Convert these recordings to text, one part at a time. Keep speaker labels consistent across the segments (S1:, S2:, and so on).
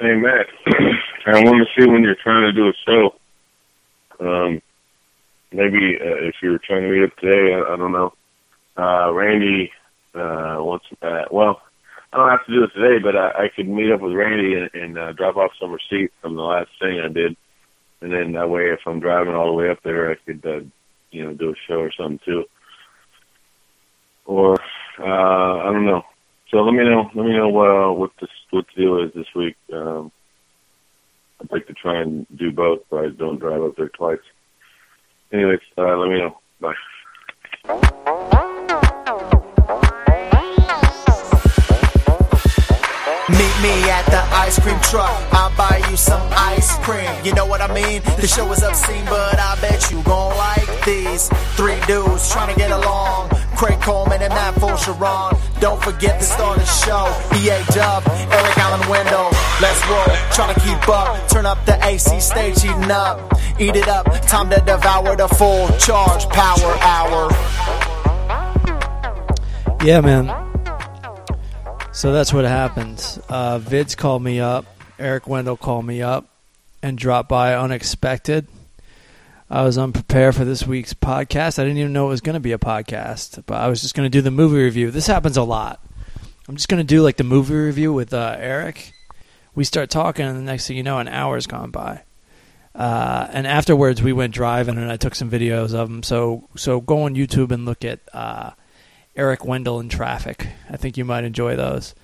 S1: came back. I want to see when you're trying to do a show. Um, maybe uh, if you were trying to meet up today, I, I don't know. Uh, Randy uh, wants. Uh, well, I don't have to do it today, but I, I could meet up with Randy and, and uh, drop off some receipts from the last thing I did, and then that way, if I'm driving all the way up there, I could, uh, you know, do a show or something too. Or uh, I don't know. So let me know. Let me know what uh, what this what the deal is this week. Um, I'd like to try and do both, but I don't drive up there twice. Anyways, uh, let me know. Bye.
S2: Meet me at the ice cream truck. I'll buy you some ice cream. You know what I mean? The show is obscene, but I bet you gon' like these three dudes trying to get along. Craig Coleman and Matt Sharon. Don't forget to start the show. EA Dub, Eric Allen Wendell. Let's roll. Trying to keep up. Turn up the AC stage, eating up. Eat it up. Time to devour the full charge power hour.
S3: Yeah, man. So that's what happens. Uh, Vids called me up. Eric Wendell called me up and dropped by unexpected. I was unprepared for this week's podcast. I didn't even know it was going to be a podcast, but I was just going to do the movie review. This happens a lot. I'm just going to do like the movie review with uh, Eric. We start talking, and the next thing you know, an hour's gone by. Uh, and afterwards, we went driving, and I took some videos of them. So, so go on YouTube and look at uh, Eric Wendell in traffic. I think you might enjoy those.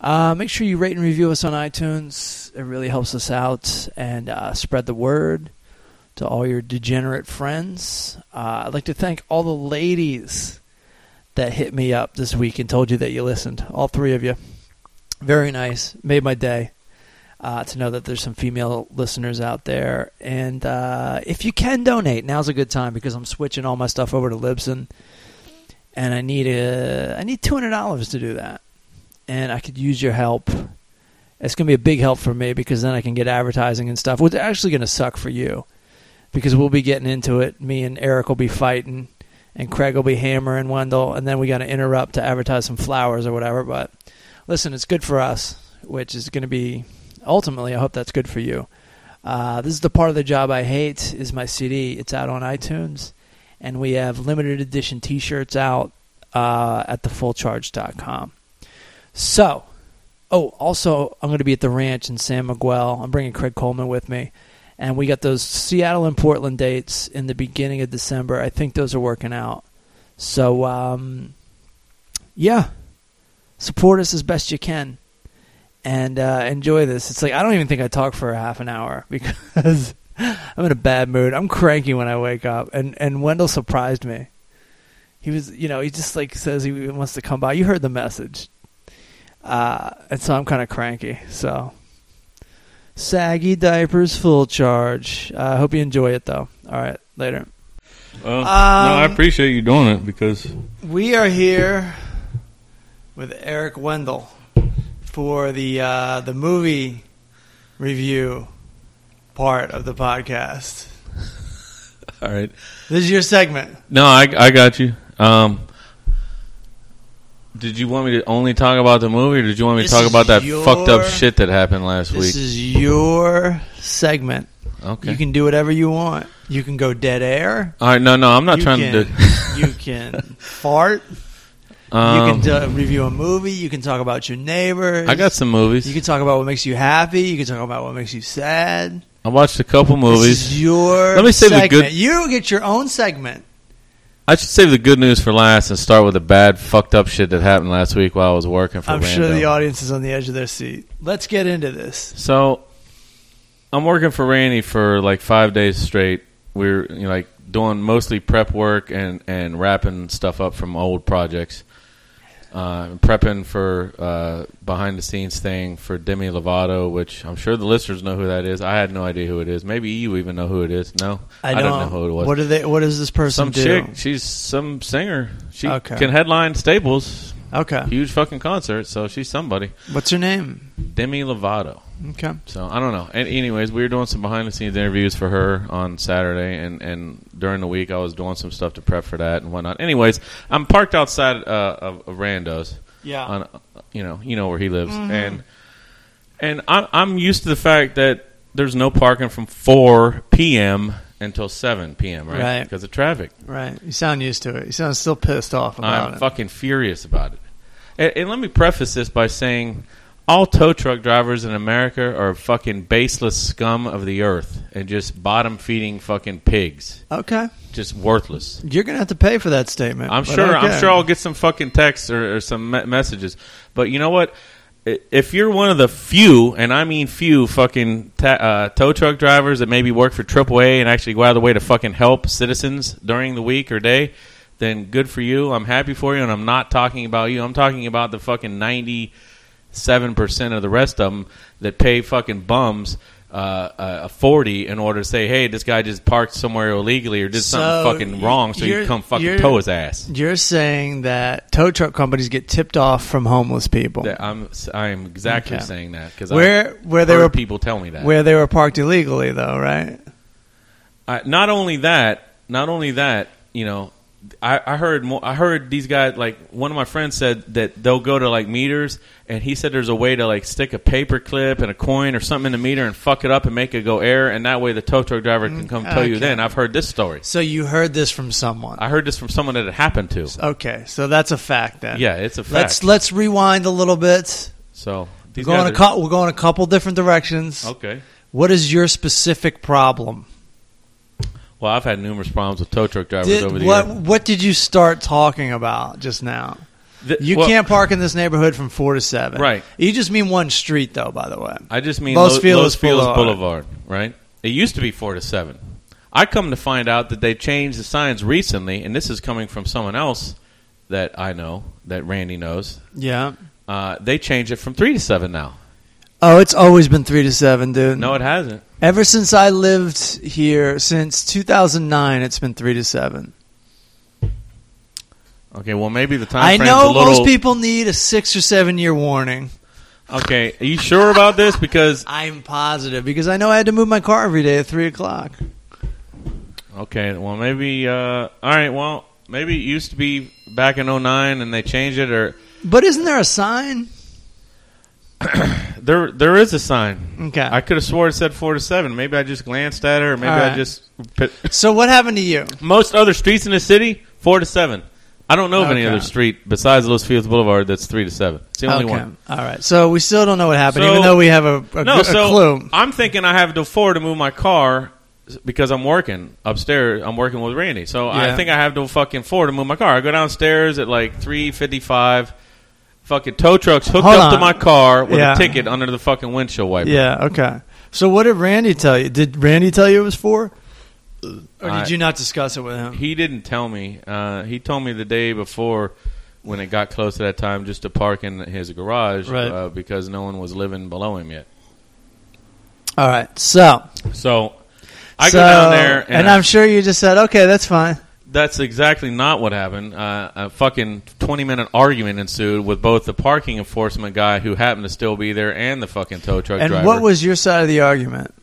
S3: Uh, make sure you rate and review us on iTunes. It really helps us out and uh, spread the word to all your degenerate friends. Uh, I'd like to thank all the ladies that hit me up this week and told you that you listened. All three of you. Very nice. Made my day uh, to know that there's some female listeners out there. And uh, if you can donate, now's a good time because I'm switching all my stuff over to Libsyn and I need a, I need two hundred dollars to do that, and I could use your help. It's gonna be a big help for me because then I can get advertising and stuff. What's actually gonna suck for you, because we'll be getting into it. Me and Eric will be fighting, and Craig will be hammering Wendell, and then we gotta interrupt to advertise some flowers or whatever. But listen, it's good for us, which is gonna be ultimately. I hope that's good for you. Uh, this is the part of the job I hate. Is my CD? It's out on iTunes and we have limited edition t-shirts out uh, at thefullcharge.com so oh also i'm going to be at the ranch in san miguel i'm bringing craig coleman with me and we got those seattle and portland dates in the beginning of december i think those are working out so um, yeah support us as best you can and uh, enjoy this it's like i don't even think i talked for a half an hour because I'm in a bad mood. I'm cranky when I wake up, and and Wendell surprised me. He was, you know, he just like says he wants to come by. You heard the message, uh, and so I'm kind of cranky. So, saggy diapers, full charge. I uh, hope you enjoy it though. All right, later.
S4: Well, no, I appreciate you doing it because
S3: We are here with Eric Wendell for the uh, the movie review part of the podcast.
S4: all right.
S3: This is your segment.
S4: No, I I got you. Um, did you want me to only talk about the movie, or did you want me
S3: This
S4: to talk
S3: is
S4: about that
S3: your-
S4: fucked up shit that happened last
S3: This
S4: week?
S3: is your segment.
S4: okay.
S3: You can do whatever you want. You can go dead air.
S4: all right. No, no, I'm not
S3: you
S4: trying
S3: can,
S4: to. Do,
S3: you can fart.
S4: Um,
S3: you can uh, review a movie. You can talk about your neighbors.
S4: I got some movies.
S3: You can talk about what makes you happy. You can talk about what makes you sad.
S4: I watched a couple
S3: This
S4: movies.
S3: is your
S4: Let me save the
S3: segment.
S4: good-
S3: You get your own segment.
S4: I should save the good news for last and start with the bad fucked up shit that happened last week while I was working for.
S3: I'm sure
S4: Rando.
S3: the audience is on the edge of their seat. Let's get into this.
S4: So, I'm working for Randy for like five days straight. We're you know, like doing mostly prep work and and wrapping stuff up from old projects, uh, prepping for uh, behind the scenes thing for Demi Lovato, which I'm sure the listeners know who that is. I had no idea who it is. Maybe you even know who it is. No, don't know who it was.
S3: What do they? What does this person
S4: some
S3: do?
S4: chick. She's some singer. She
S3: Okay.
S4: can headline Staples,
S3: Okay.
S4: huge fucking concert. So she's somebody.
S3: What's her name?
S4: Demi Lovato.
S3: Okay.
S4: So I don't know. And anyways, we were doing some behind the scenes interviews for her on Saturday, and and during the week I was doing some stuff to prep for that and whatnot. Anyways, I'm parked outside uh, of, of Rando's.
S3: Yeah.
S4: On, you know, you know where he lives, and And I'm I'm used to the fact that there's no parking from 4 p.m. until 7 p.m. Right?
S3: Right.
S4: Because of traffic.
S3: Right. You sound used to it. You sound still pissed off about
S4: I'm
S3: it.
S4: fucking furious about it. And, and let me preface this by saying all tow truck drivers in America are fucking baseless scum of the earth and just bottom feeding fucking pigs.
S3: okay.
S4: Just worthless.
S3: You're going to have to pay for that statement.
S4: I'm
S3: but
S4: sure.
S3: okay.
S4: I'm sure I'll get some fucking texts or, or some me- messages. But you know what? I- If you're one of the few, and I mean few, fucking ta- uh, tow truck drivers that maybe work for AAA and actually go out of the way to fucking help citizens during the week or day, then good for you. I'm happy for you, and I'm not talking about you. I'm talking about the fucking ninety seven percent of the rest of them that pay fucking bums uh, a forty in order to say, "Hey, this guy just parked somewhere illegally or did
S3: So,
S4: something fucking wrong," so you
S3: you're-
S4: come fucking
S3: you're-
S4: tow his ass.
S3: You're saying that tow truck companies get tipped off from homeless people
S4: That I'm I'm exactly
S3: Okay.
S4: saying that because
S3: Where- where they
S4: there
S3: were-
S4: people tell me that.
S3: where they were parked illegally, though, right?
S4: I, not only that, not only that, you know, I, I heard more, I heard these guys like one of my friends said that they'll go to like meters, and he said there's a way to like stick a paper clip and a coin or something in the meter and fuck it up and make it go air, and that way the tow truck driver can come tell you.
S3: okay.
S4: Then I've heard this story.
S3: So you heard this from someone.
S4: I heard this from someone that it happened to.
S3: Okay, so that's a fact then.
S4: Yeah, it's a fact.
S3: Let's let's rewind a little bit.
S4: so
S3: We're
S4: these
S3: going, a
S4: guys are-
S3: cou- we're going a couple different directions.
S4: okay.
S3: What is your specific problem?
S4: Well, I've had numerous problems with tow truck drivers
S3: Did-
S4: over the
S3: what
S4: years.
S3: what did you start talking about just now?
S4: Th-
S3: You
S4: well,
S3: can't park in this neighborhood from four to seven.
S4: Right.
S3: You just mean one street, though. By the way.
S4: I just mean
S3: Los
S4: Los,
S3: Feliz
S4: Los Feliz
S3: Boulevard.
S4: Boulevard. right? It used to be four to seven. I come to find out that they changed the signs recently, and this is coming from someone else that I know that Randy knows.
S3: Yeah.
S4: Uh, they changed it from three to seven now.
S3: Oh, it's always been three to seven, dude.
S4: No, it hasn't.
S3: Ever since I lived here, since 2009, it's been three to seven.
S4: Okay, well maybe the time.
S3: I
S4: frame's
S3: know
S4: a little,
S3: most people need a six or seven year warning.
S4: Okay, are you sure about this? Because
S3: I'm positive because I know I had to move my car every day at three o'clock.
S4: okay, well maybe. Uh, all right, well maybe it used to be back in 09 and they changed it, or
S3: But isn't there a sign?
S4: there there is a sign.
S3: Okay.
S4: I could have swore it said four to seven. Maybe I just glanced at it, or maybe
S3: All right.
S4: I just. put-
S3: so what happened to you?
S4: Most other streets in the city, four to seven. I don't know of any
S3: Okay.
S4: other street besides Los Feliz Boulevard that's three to seven. It's the only one.
S3: All right. So we still don't know what happened,
S4: So-
S3: even though we have a, a,
S4: No,
S3: a
S4: so
S3: clue.
S4: I'm thinking I have to afford to move my car because I'm working upstairs. I'm working with Randy, so
S3: Yeah.
S4: I think I have to fucking afford to move my car. I go downstairs at like three fifty-five. Fucking tow trucks hooked
S3: Hold
S4: up to
S3: on.
S4: my car with
S3: Yeah.
S4: a ticket under the fucking windshield wiper.
S3: Yeah. Okay. So what did Randy tell you? Did Randy tell you it was four? Or did
S4: I-
S3: you not discuss it with him?
S4: He didn't tell me. Uh, he told me the day before when it got close to that time just to park in his garage
S3: Right.
S4: uh, because no one was living below him yet.
S3: All right. So
S4: So I
S3: so-
S4: go down there, and, I-
S3: I'm sure you just said, "Okay, that's fine."
S4: that's exactly not what happened. Uh, a fucking 20 minute argument ensued with both the parking enforcement guy who happened to still be there and the fucking tow truck
S3: And
S4: driver.
S3: what was your side of the argument?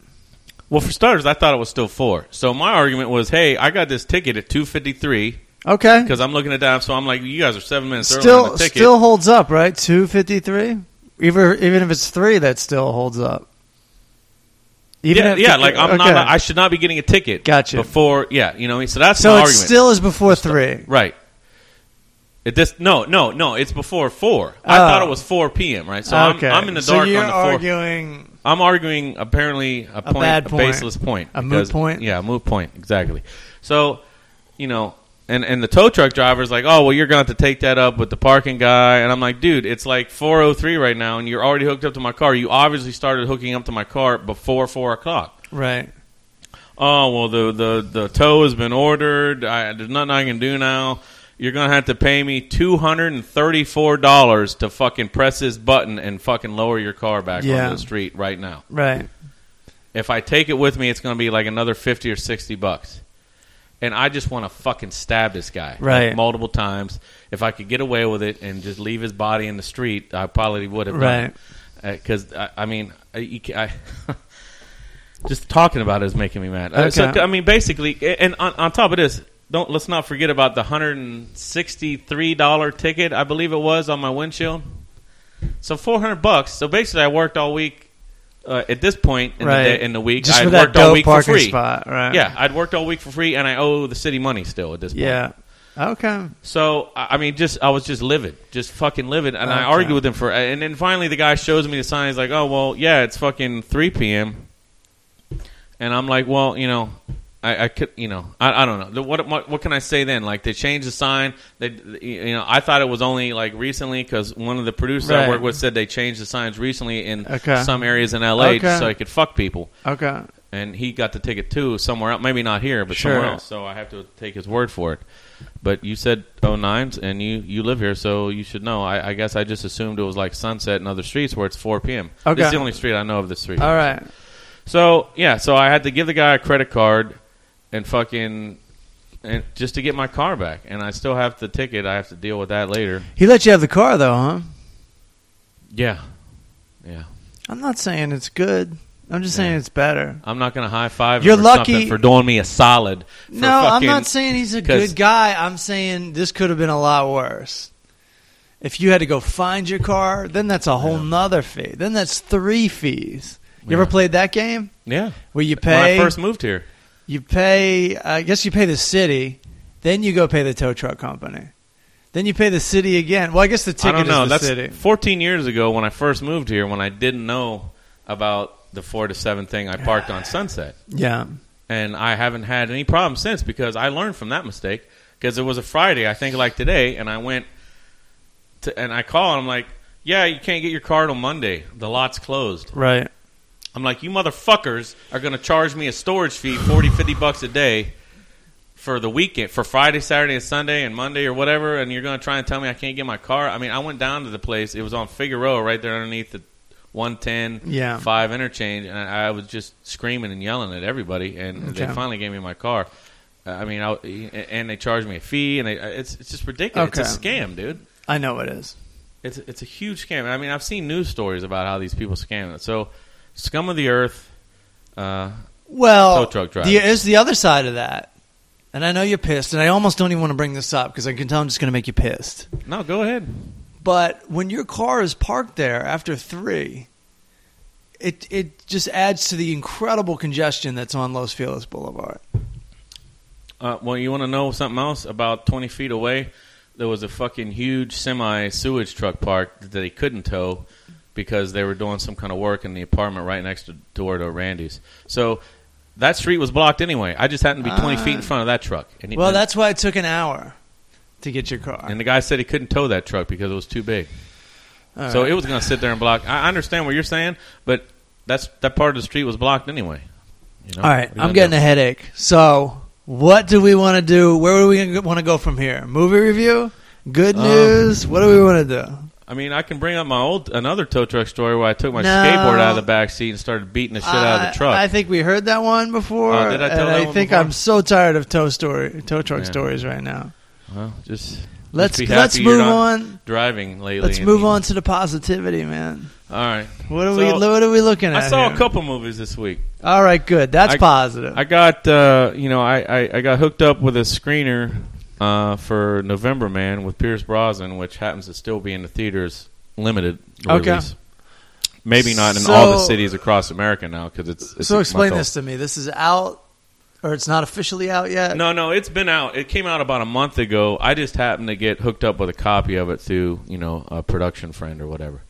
S4: well, for starters, I thought it was still four. So my argument was, hey, I got this ticket at 253
S3: Okay.
S4: because I'm looking at that. So I'm like, you guys are seven minutes early on
S3: Still
S4: the ticket.
S3: still holds up, right? Two fifty three. Even even if it's three, that still holds up.
S4: yeah,
S3: if
S4: yeah
S3: the-
S4: like I'm
S3: okay.
S4: not. I should not be getting a ticket.
S3: Gotcha.
S4: Before, yeah, you know. So that's
S3: so
S4: my
S3: it
S4: argument.
S3: still is before three.
S4: right. It this no no no. It's before four. I
S3: Oh.
S4: thought it was four p.m. Right. So
S3: okay.
S4: I'm, I'm in the
S3: So
S4: dark
S3: you're
S4: on the four.
S3: arguing.
S4: I'm arguing apparently a, point,
S3: bad point.
S4: a baseless point,
S3: A moot
S4: because-
S3: point?
S4: Yeah, a moot point exactly. So you know. And, and the tow truck driver's like, oh well, you're going to have to take that up with the parking guy. And I'm like, dude, it's like 4:03 right now, and you're already hooked up to my car. You obviously started hooking up to my car before four o'clock.
S3: Right.
S4: oh well the the the tow has been ordered I, there's nothing i can do now you're gonna have to pay me $234 to fucking press this button and fucking lower your car back
S3: Yeah.
S4: onto the street right now
S3: Right.
S4: if i take it with me it's gonna be like another 50 or 60 bucks and i just want to fucking stab this guy like,
S3: Right.
S4: multiple times if i could get away with it and just leave his body in the street i probably would have done it
S3: Right.
S4: because I, I mean, I, you ca I just talking about it is making me mad. Uh, so
S3: Okay.
S4: I mean, basically, a- and on, on top of this, don't let's not forget about the hundred and sixty-three dollar ticket I believe it was on my windshield. So four hundred bucks. So basically, I worked all week uh, at this point in,
S3: Right.
S4: the, day, in the week,
S3: Just
S4: I
S3: for
S4: would
S3: that
S4: worked all
S3: dope
S4: week for
S3: parking
S4: free.
S3: spot, right?
S4: Yeah, I'd worked all week for free, and I owe the city money still at this point.
S3: Yeah. Okay.
S4: So I I mean, just I was just livid, just fucking livid, and I
S3: Okay.
S4: argued with him for. And then finally, the guy shows me the sign. He's like, "Oh well, yeah, it's fucking three p.m." And I'm like, "Well, you know, I, I could, you know, I, I don't know. The- What, what what can I say then? Like they changed the sign. They, you know, I thought it was only like recently because one of the producers
S3: Right.
S4: I work with said they changed the signs recently in
S3: Okay.
S4: some areas in L.A.
S3: Okay.
S4: just so I could fuck people."
S3: Okay.
S4: and he got the ticket too somewhere else. Maybe not here, but
S3: Sure.
S4: somewhere else. So I have to take his word for it. But you said 09s, and you you live here, so you should know. I, I guess I just assumed it was like Sunset and other streets where it's 4 p.m.
S3: Okay.
S4: This is the only street I know of this street.
S3: All right.
S4: So yeah, so I had to give the guy a credit card and fucking. And just to get my car back, and I still have the ticket. I have to deal with that later.
S3: He let you have the car though, huh?
S4: Yeah, yeah.
S3: I'm not saying it's good. I'm just saying it's better.
S4: I'm not gonna high five. him
S3: You're
S4: or
S3: lucky-
S4: something for doing me a solid. for
S3: No, I'm
S4: fucking-
S3: not saying he's a
S4: 'cause-
S3: good guy. I'm saying this could have been a lot worse. If you had to go find your car, then that's a whole nother fee. Then that's three fees. You ever
S4: Yeah.
S3: played that game
S4: Yeah,
S3: where you
S4: when I
S3: pay?
S4: first moved here.
S3: You pay. I guess you pay the city, then you go pay the tow truck company, then you pay the city again. Well, I guess the ticket
S4: I don't know.
S3: is the
S4: That's
S3: city.
S4: 14 years ago when I first moved here, when I didn't know about the four to seven thing. I parked on Sunset,
S3: Yeah.
S4: and I haven't had any problems since because I learned from that mistake. Because it was a Friday, I think, like today, and I went to and I call and I'm like, "Yeah, you can't get your car till Monday. The lot's closed."
S3: Right.
S4: I'm like, "You motherfuckers are going to charge me a storage fee, 40, 50 bucks a day." For the weekend, for Friday, Saturday, and Sunday, and Monday, or whatever, and you're going to try and tell me I can't get my car. I mean, I went down to the place. It was on Figueroa, right there underneath the 110
S3: Yeah.
S4: 5 interchange, and I was just screaming and yelling at everybody, and
S3: Okay.
S4: they finally gave me my car. Uh, I mean, I, and they charged me a fee, and they, it's, it's just ridiculous. It's a
S3: Okay.
S4: scam, dude.
S3: I know it is.
S4: It's it's a huge scam. I mean, I've seen news stories about how these people scam it. So, scum of the earth. Uh,
S3: Well,
S4: Tow truck
S3: the,
S4: drivers.
S3: it's the other side of that. And I know you're pissed, and I almost don't even want to bring this up because I can tell I'm just going to make you pissed.
S4: no, go ahead.
S3: But when your car is parked there after three, it it just adds to the incredible congestion that's on Los Feliz Boulevard.
S4: Uh, well, you want to know something else? About twenty feet away, there was a fucking huge semi sewage truck parked that they couldn't tow because they were doing some kind of work in the apartment right next to, door to Randy's. So. That street was blocked anyway. I just happened to be 20
S3: Ah.
S4: feet in front of that truck. And he-
S3: Well,
S4: and-
S3: that's why it took an hour to get your car.
S4: And the guy said he couldn't tow that truck because it was too big.
S3: All
S4: So
S3: right.
S4: it was going to sit there and block. I I understand what you're saying, but that's that part of the street was blocked anyway. You know?
S3: All right,
S4: What are you
S3: I'm
S4: gonna
S3: getting
S4: do?
S3: a headache. So, what do we want to do? Where do we want to go from here? Movie review? Good
S4: Um,
S3: news? what do we want to do?
S4: I mean, I can bring up my old another tow truck story where I took my
S3: No. Uh,
S4: skateboard out of the back seat and started beating the shit out of the truck.
S3: I, I think we heard that one before.
S4: Oh, did I tell
S3: and
S4: that
S3: I
S4: one
S3: think
S4: before?
S3: I'm so tired of tow story, tow truck
S4: Yeah.
S3: stories right now.
S4: well, just just
S3: Let's
S4: be
S3: let's
S4: happy you're
S3: move
S4: not
S3: on.
S4: Driving lately.
S3: Let's
S4: and-
S3: move on to the positivity, man.
S4: All right.
S3: What are
S4: So,
S3: we What are we looking at?
S4: I saw
S3: here?
S4: a couple movies this week.
S3: All right, good. That's
S4: I-
S3: positive.
S4: I got uh, you know I, I, I got hooked up with a screener uh, for November Man with Pierce Brosnan, which happens to still be in the theaters, limited
S3: Okay.
S4: release. Maybe not in all the
S3: So-
S4: cities across America now because it's, it's
S3: so
S4: six
S3: explain
S4: months
S3: this to me. This is out, or it's not officially out yet.
S4: old. No, no, it's been out. It came out about a month ago. I just happened to get hooked up with a copy of it through you know a production friend or whatever.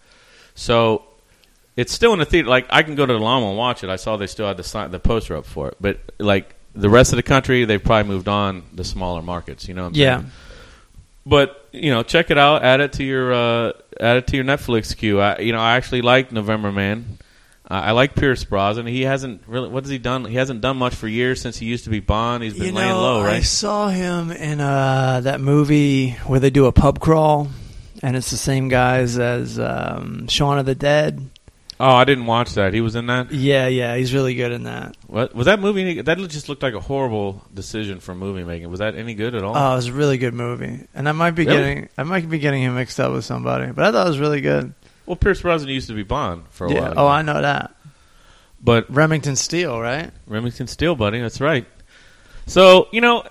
S4: So it's still in the theater. Like I can go to the llama and watch it. I saw they still had the sign, the poster up for it. But like the rest of the country, they've probably moved on the smaller markets. You know. What I'm
S3: Yeah.
S4: saying? But you know, check it out. Add it to your uh, add it to your Netflix queue. I, you know, I actually like November Man. I I like Pierce Brosnan. He hasn't really. What has he done? He hasn't done much for years since he used to be Bond. He's been
S3: You
S4: laying
S3: know,
S4: low,
S3: I
S4: right?
S3: saw him in uh, that movie where they do a pub crawl, and it's the same guys as um, Shaun of the Dead.
S4: oh, I didn't watch that. He was in that.
S3: Yeah, yeah, he's really good in that.
S4: What was that movie? That just looked like a horrible decision for movie making. Was that any good at all?
S3: Oh, it was a really good movie, and I might be
S4: Really?
S3: getting I might be getting him mixed up with somebody, but I thought it was really good.
S4: well, Pierce Brosnan used to be Bond for a
S3: yeah.
S4: while.
S3: oh, I know that
S4: but
S3: Remington Steele, right?
S4: Remington Steel, buddy. That's right. So you know,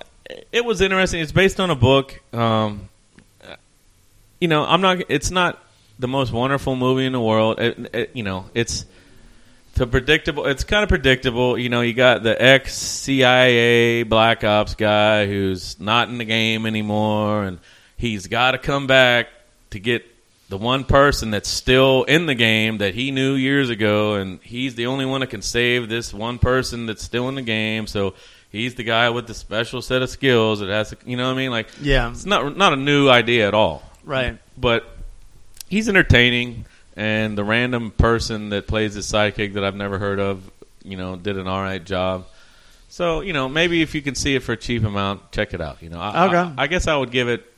S4: it was interesting. It's based on a book. Um, you know, I'm not. It's not the most wonderful movie in the world. It, it- you know, it's So predictable. It's kind of predictable. You know, you got the ex CIA Black Ops guy who's not in the game anymore, and he's got to come back to get the one person that's still in the game that he knew years ago, and he's the only one that can save this one person that's still in the game. So he's the guy with the special set of skills that has to. You know what I mean? Like,
S3: Yeah.
S4: it's not not a new idea at all
S3: Right.
S4: but he's entertaining. And the random person that plays his sidekick that I've never heard of, you know, did an all right job. So you know, maybe if you can see it for a cheap amount, check it out. You know, I,
S3: Okay.
S4: I, I guess I would give it.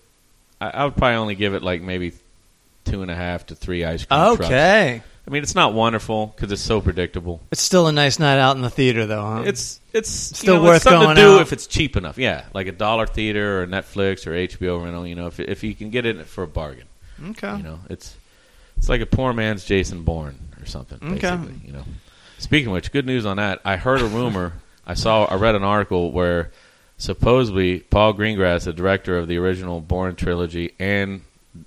S4: I, I would probably only give it like maybe two and a half to three ice cream. trucks.
S3: Okay.
S4: I mean, it's not wonderful because it's so predictable.
S3: It's still a nice night out in the theater, though, huh?
S4: It's it's
S3: still
S4: you know,
S3: worth
S4: it's something
S3: going
S4: to do
S3: out.
S4: if it's cheap enough. Yeah, like a dollar theater or Netflix or HBO rental. You know, if if you can get it for a bargain.
S3: okay.
S4: You know, it's it's like a poor man's Jason Bourne or something.
S3: Okay.
S4: Basically, you know. Speaking of which, good news on that. I heard a rumor. I saw. I read an article where supposedly Paul Greengrass, the director of the original Bourne trilogy, and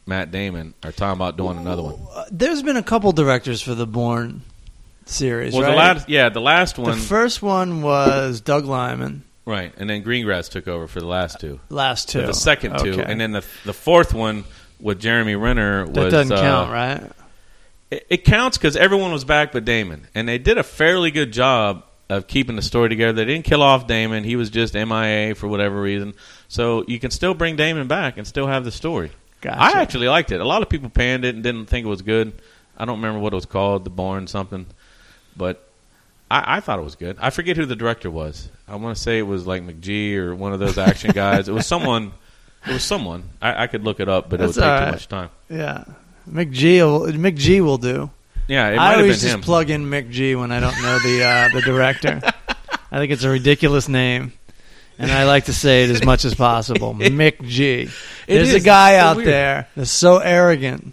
S4: Matt Damon are talking about doing another one.
S3: Uh, There's been a couple directors for the Bourne series.
S4: Well,
S3: right?
S4: the last, yeah, the last
S3: The
S4: one,
S3: first one was Doug Lyman.
S4: right, and then Greengrass took over for the last two,
S3: Last two.
S4: the second two,
S3: Okay.
S4: and then the the fourth one with Jeremy Renner was
S3: that doesn't
S4: uh,
S3: count, right?
S4: it, it counts because everyone was back but Damon, and they did a fairly good job of keeping the story together. They didn't kill off Damon; he was just MIA for whatever reason. So you can still bring Damon back and still have the story.
S3: Gotcha.
S4: I actually liked it. A lot of people panned it and didn't think it was good. I don't remember what it was called, the Bourne something, but I, I thought it was good. I forget who the director was. I want to say it was like McGee or one of those action guys. It was someone. It was someone. I, I could look it up, but
S3: That's
S4: it would take
S3: all
S4: too
S3: right.
S4: much time.
S3: yeah. McG will, McG will do.
S4: Yeah, it might
S3: I
S4: have been
S3: always just
S4: him.
S3: plug in McG when I don't know the uh, the director. I think it's a ridiculous name, and I like to say it as much as possible. McG.
S4: It
S3: There's a
S4: is.
S3: guy
S4: It's so
S3: out
S4: weird.
S3: there that's so arrogant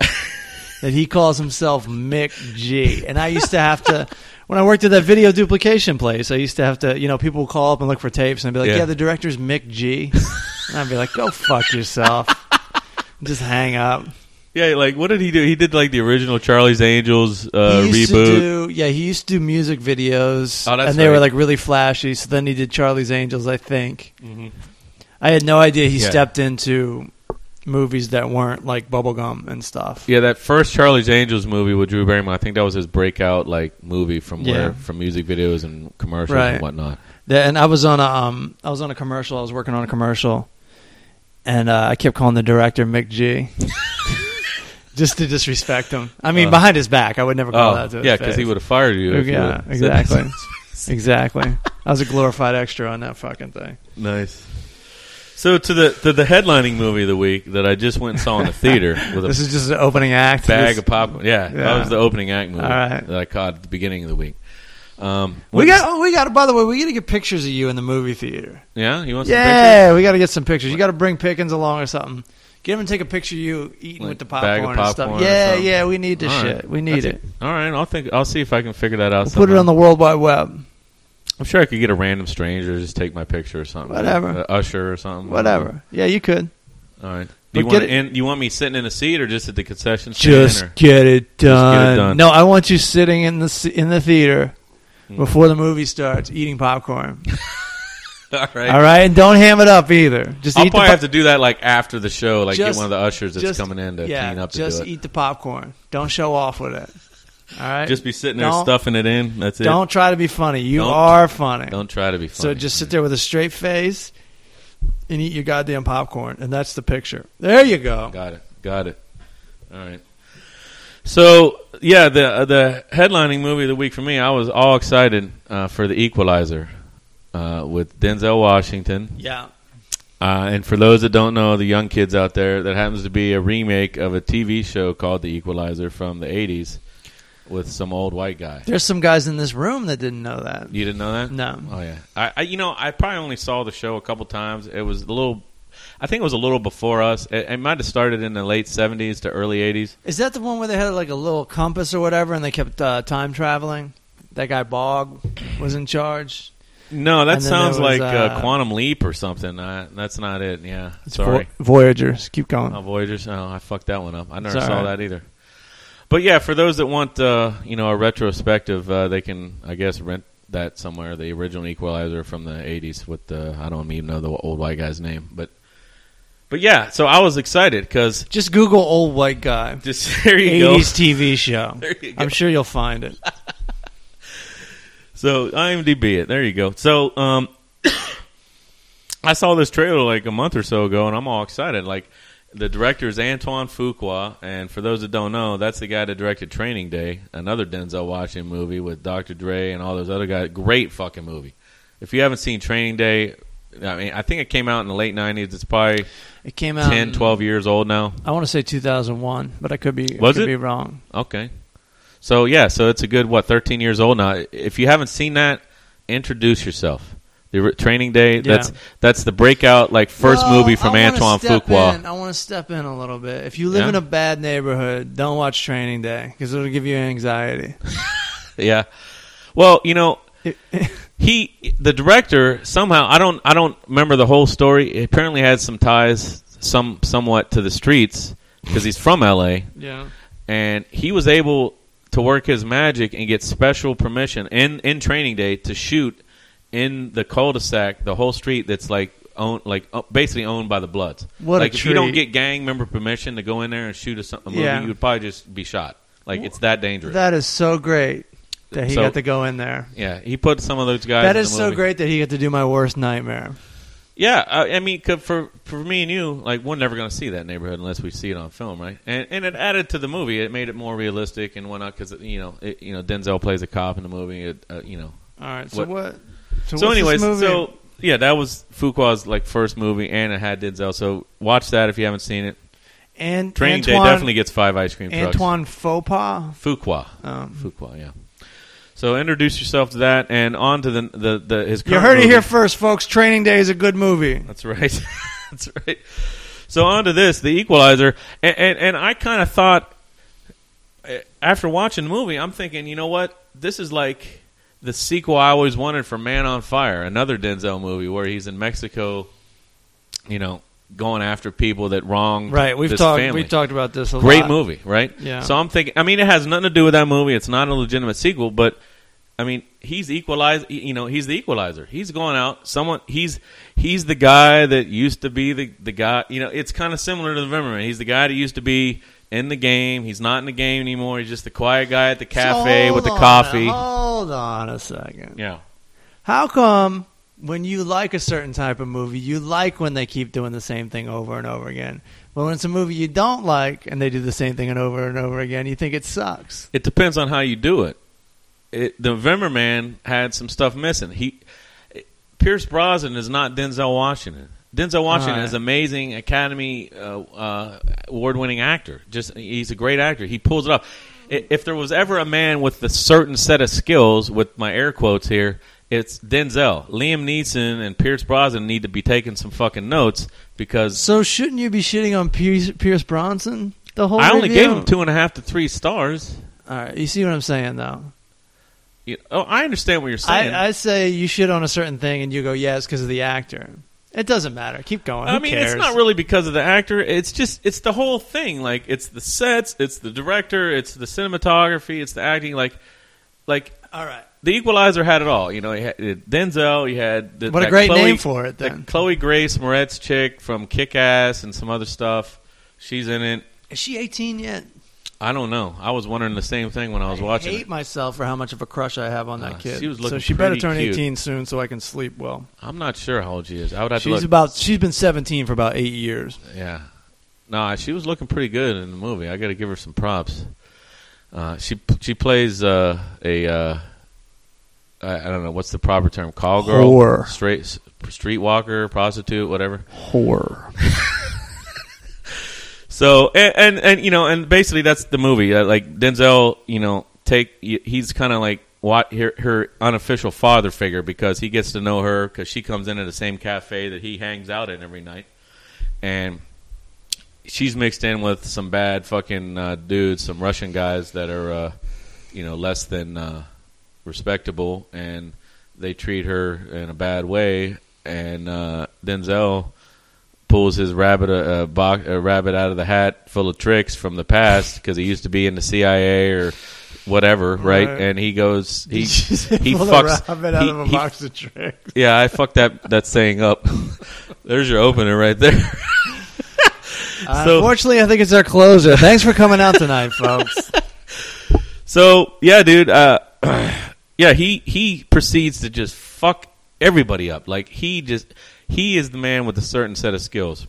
S3: that he calls himself McG, and I used to have to. When I worked at that video duplication place, I used to have to, you know, people would call up and look for tapes, and I'd be like,
S4: Yeah.
S3: "Yeah, the director's Mick G," and I'd be like, "Go fuck yourself, just hang up."
S4: Yeah, like what did he do? He did like the original Charlie's Angels uh,
S3: he used
S4: reboot.
S3: To do, yeah, he used to do music videos,
S4: Oh, that's
S3: and they were
S4: right.
S3: like really flashy. So then he did Charlie's Angels, I think. I had no idea he
S4: Mm-hmm. Yeah.
S3: stepped into movies that weren't like bubblegum and stuff.
S4: yeah, that first Charlie's Angels movie with Drew Barrymore. I think that was his breakout like movie from
S3: Yeah.
S4: where from music videos and commercials
S3: Right.
S4: and whatnot.
S3: The- And I was on a, um, I was on a commercial. I was working on a commercial, and uh, I kept calling the director Mick G. Just to disrespect him. I mean,
S4: Uh.
S3: behind his back, I would never call
S4: Oh,
S3: that to his
S4: yeah, because
S3: face.
S4: he would have fired you. if you
S3: Yeah,
S4: would've said
S3: exactly,
S4: that.
S3: exactly. I was a glorified extra on that fucking thing.
S4: nice. So to the to the headlining movie of the week that I just went and saw in the theater with a
S3: This is just an opening act.
S4: bag
S3: This-
S4: of popcorn. Yeah,
S3: Yeah.
S4: that was the opening act movie
S3: All right.
S4: that I caught at the beginning of the week. Um,
S3: We
S4: went-
S3: got. Oh, we got. By the way, we got to get pictures of you in the movie theater.
S4: yeah. You want some pictures?
S3: Yeah, we got to get some pictures. You got to bring Pickens along or something. Get him and take a picture of you eating
S4: Like
S3: with the
S4: bag
S3: popcorn,
S4: of
S3: and stuff.
S4: popcorn or
S3: yeah,
S4: something.
S3: yeah, we need this
S4: All right.
S3: shit. We need
S4: That's
S3: it.
S4: All right, I'll think. I'll see if I can figure that out.
S3: We'll put it
S4: somehow.
S3: on the World Wide Web.
S4: I'm sure I could get a random stranger just take my picture or something.
S3: Whatever.
S4: Uh, usher or something.
S3: Whatever. Yeah, you could.
S4: All right.
S3: But
S4: Do you
S3: get
S4: want
S3: it-
S4: in, you want me sitting in a seat or just at the concession stand?
S3: Just
S4: or-
S3: get it done.
S4: done.
S3: No, I want you sitting in the se- in the theater before the movie starts, eating popcorn.
S4: all right.
S3: All right, and don't ham it up either. Just
S4: I'll
S3: eat
S4: probably
S3: the
S4: have to do that like after the show, like get
S3: Just-
S4: one of the ushers that's
S3: just-
S4: coming in to
S3: yeah,
S4: clean up
S3: Just
S4: and do it.
S3: eat the popcorn. Don't show off with it. All right.
S4: just be sitting there
S3: Don't-
S4: stuffing it in. That's it.
S3: Don't try to be funny. You
S4: Don't-
S3: are funny.
S4: Don't try to be funny.
S3: So just sit there with a straight face and eat your goddamn popcorn, and that's the picture. There you go.
S4: Got it. Got it. All right. So yeah, the uh, the headlining movie of the week for me, I was all excited uh, for The Equalizer uh, with Denzel Washington.
S3: Yeah.
S4: Uh, and for those that don't know, the young kids out there, that happens to be a remake of a TV show called The Equalizer from the 80s with some old white guy.
S3: There's some guys in this room that didn't know that.
S4: You didn't know that?
S3: No.
S4: Oh, yeah. I, I You know, I probably only saw the show a couple times. It was a little, I think it was a little before us. It, it might have started in the late 70s to early 80s.
S3: Is that the one where they had like a little compass or whatever, and they kept uh, time traveling? That guy Bog was in charge.
S4: No,
S3: And
S4: that
S3: then there
S4: sounds
S3: was,
S4: like uh,
S3: uh,
S4: Quantum Leap or something. I, that's not it. Yeah. Sorry.
S3: Vo- Voyagers. Keep going.
S4: Oh, Voyagers. Oh, I fucked that one up. I never
S3: It's all
S4: saw
S3: right.
S4: that either. But yeah, for those that want, uh, you know, a retrospective, uh, they can, I guess, rent that somewhere. The original Equalizer from the '80s with the I don't even know the old white guy's name, but but yeah. So I was excited because
S3: Just Google old white guy.
S4: just there you go.
S3: 80s TV show.
S4: There you go.
S3: I'm sure you'll find it.
S4: So IMDb it. There you go. So um, I saw this trailer like a month or so ago, and I'm all excited. Like the director is Antoine Fuqua, and for those that don't know, that's the guy that directed Training Day, another Denzel Washington movie with Dr. Dre and all those other guys. Great fucking movie. If you haven't seen Training Day, I mean, I think it came out in the late '90s. It's probably
S3: It came out
S4: ten, twelve 10, 12 years old now.
S3: I want to say 2001, but I could be I
S4: Was
S3: could
S4: it?
S3: be wrong.
S4: Okay. So yeah, so it's a good what 13 years old now. If you haven't seen that, introduce yourself. The re- training day. That's that's the breakout like first movie from Antoine Fuqua.
S3: I want to step in a little bit. If you live
S4: Yeah?
S3: in a bad neighborhood, don't watch Training Day because it'll give you anxiety.
S4: Yeah. Well, you know, he the director somehow I don't I don't remember the whole story. He apparently had some ties some somewhat to the streets because he's from LA.
S3: yeah.
S4: and he was able to work his magic and get special permission in in training day to shoot in the cul-de-sac, the whole street that's like own like uh, basically owned by the Bloods.
S3: What a
S4: like if you don't
S3: treat.
S4: get gang member permission to go in there and shoot a, some- a movie,
S3: Yeah.
S4: you would probably just be shot. Like it's that dangerous.
S3: That is so great that he
S4: So-
S3: got to go in there.
S4: yeah, he put some of those guys.
S3: That
S4: in
S3: is
S4: the
S3: so
S4: movie.
S3: great that he got to do my worst nightmare.
S4: Yeah, I, I mean, 'cause for for me and you, like we're never going to see that neighborhood unless we see it on film, right? And and it added to the movie. It made it more realistic and whatnot because you know it, you know Denzel plays a cop in the movie. It, uh, you know,
S3: All right. So
S4: What-
S3: what? So,
S4: so
S3: what's this
S4: anyways,
S3: movie?
S4: so yeah, that was Fuqua's like first movie, and it had Denzel. So watch that if you haven't seen it.
S3: and
S4: Training
S3: Antoine,
S4: Day definitely gets five ice cream trucks.
S3: Antoine Fauxpas.
S4: Fuqua,
S3: Um,
S4: Fuqua, yeah. So introduce yourself to that, and on to the the, the his.
S3: You
S4: current
S3: heard it
S4: movie.
S3: here first, folks. Training Day is a good movie.
S4: That's right. That's right. So on to this, the Equalizer, and and, and I kind of thought eh, after watching the movie, I'm thinking, you know what, this is like the sequel I always wanted for Man on Fire, another Denzel movie where he's in Mexico, you know, going after people that wronged
S3: Right. We've
S4: this
S3: talked.
S4: family.
S3: We've talked about this a
S4: Great
S3: lot.
S4: movie, right?
S3: Yeah.
S4: So I'm thinking. I mean, it has nothing to do with that movie. It's not a legitimate sequel, but I mean, he's equalize. You know, he's the equalizer. He's going out. Someone. He's he's the guy that used to be the the guy. You know, it's kind of similar to the Vimmerman. He's the guy that used to be in the game. He's not in the game anymore. He's just the quiet guy at the
S3: So
S4: cafe
S3: hold
S4: with the
S3: on a-
S4: coffee.
S3: Hold on a second.
S4: Yeah.
S3: How come when you like a certain type of movie, you like when they keep doing the same thing over and over again? But when it's a movie you don't like and they do the same thing and over and over again, you think it sucks.
S4: It depends on how you do it. it the Vimmerman had some stuff missing. He Pierce Brosnan is not Denzel Washington. Denzel Washington
S3: All right.
S4: is an amazing Academy uh, uh, award-winning actor. Just he's a great actor. He pulls it off. I- If there was ever a man with a certain set of skills, with my air quotes here, it's Denzel. Liam Neeson and Pierce Brosnan need to be taking some fucking notes because
S3: So shouldn't you be shitting on Pierce, Pierce Bronson the whole
S4: I only
S3: review?
S4: gave him two and a half to three stars.
S3: All right, you see what I'm saying though.
S4: You- Oh, I understand what you're saying.
S3: I, I say you shit on a certain thing and you go yes because of the actor. It doesn't matter. Keep going.
S4: I
S3: Who
S4: mean,
S3: cares?
S4: it's not really because of the actor. It's just it's the whole thing. Like it's the sets, it's the director, it's the cinematography, it's the acting. Like, like
S3: All right.
S4: the Equalizer had it all. You know, he had uh, Denzel. You had the,
S3: What a
S4: that
S3: great
S4: Chloe,
S3: name for it,
S4: that
S3: then.
S4: Chloe Grace Moretz chick from Kick Ass and some other stuff. She's in it.
S3: Is she 18 yet?
S4: I don't know. I was wondering the same thing when I was watching.
S3: hate
S4: it.
S3: myself for how much of a crush I have on that
S4: Uh,
S3: kid.
S4: she was
S3: so
S4: looking
S3: she better
S4: pretty
S3: turn
S4: cute.
S3: 18 soon, so I can sleep well.
S4: I'm not sure how old she is. I would have to
S3: She's
S4: look.
S3: about. She's been 17 for about eight years.
S4: Yeah. Nah, she was looking pretty good in the movie. I got to give her some props. Uh, she she plays uh, a uh, I, I don't know what's the proper term call girl
S3: Whore.
S4: straight s- streetwalker prostitute whatever.
S3: Horror.
S4: So and, and and you know and basically that's the movie. Uh, like Denzel, you know, take he- he's kind of like what her, her unofficial father figure because he gets to know her because she comes into the same cafe that he hangs out in every night, and she's mixed in with some bad fucking uh, dudes, some Russian guys that are uh, you know less than uh, respectable, and they treat her in a bad way, and uh, Denzel. pulls pulls his rabbit a, a, box, a rabbit out of the hat full of tricks from the past because he used to be in the CIA or whatever, right?
S5: Right.
S4: And he goes, he he
S5: Pull
S4: fucks,
S5: a rabbit out
S4: he-
S5: of a
S4: he-
S5: box of tricks.
S4: yeah, I fucked that that saying up. There's your opener right there. So-
S3: Unfortunately, I think it's our closer. Thanks for coming out tonight, folks.
S4: So yeah, dude. Uh, yeah, he he proceeds to just fuck everybody up. Like he just he is the man with a certain set of skills.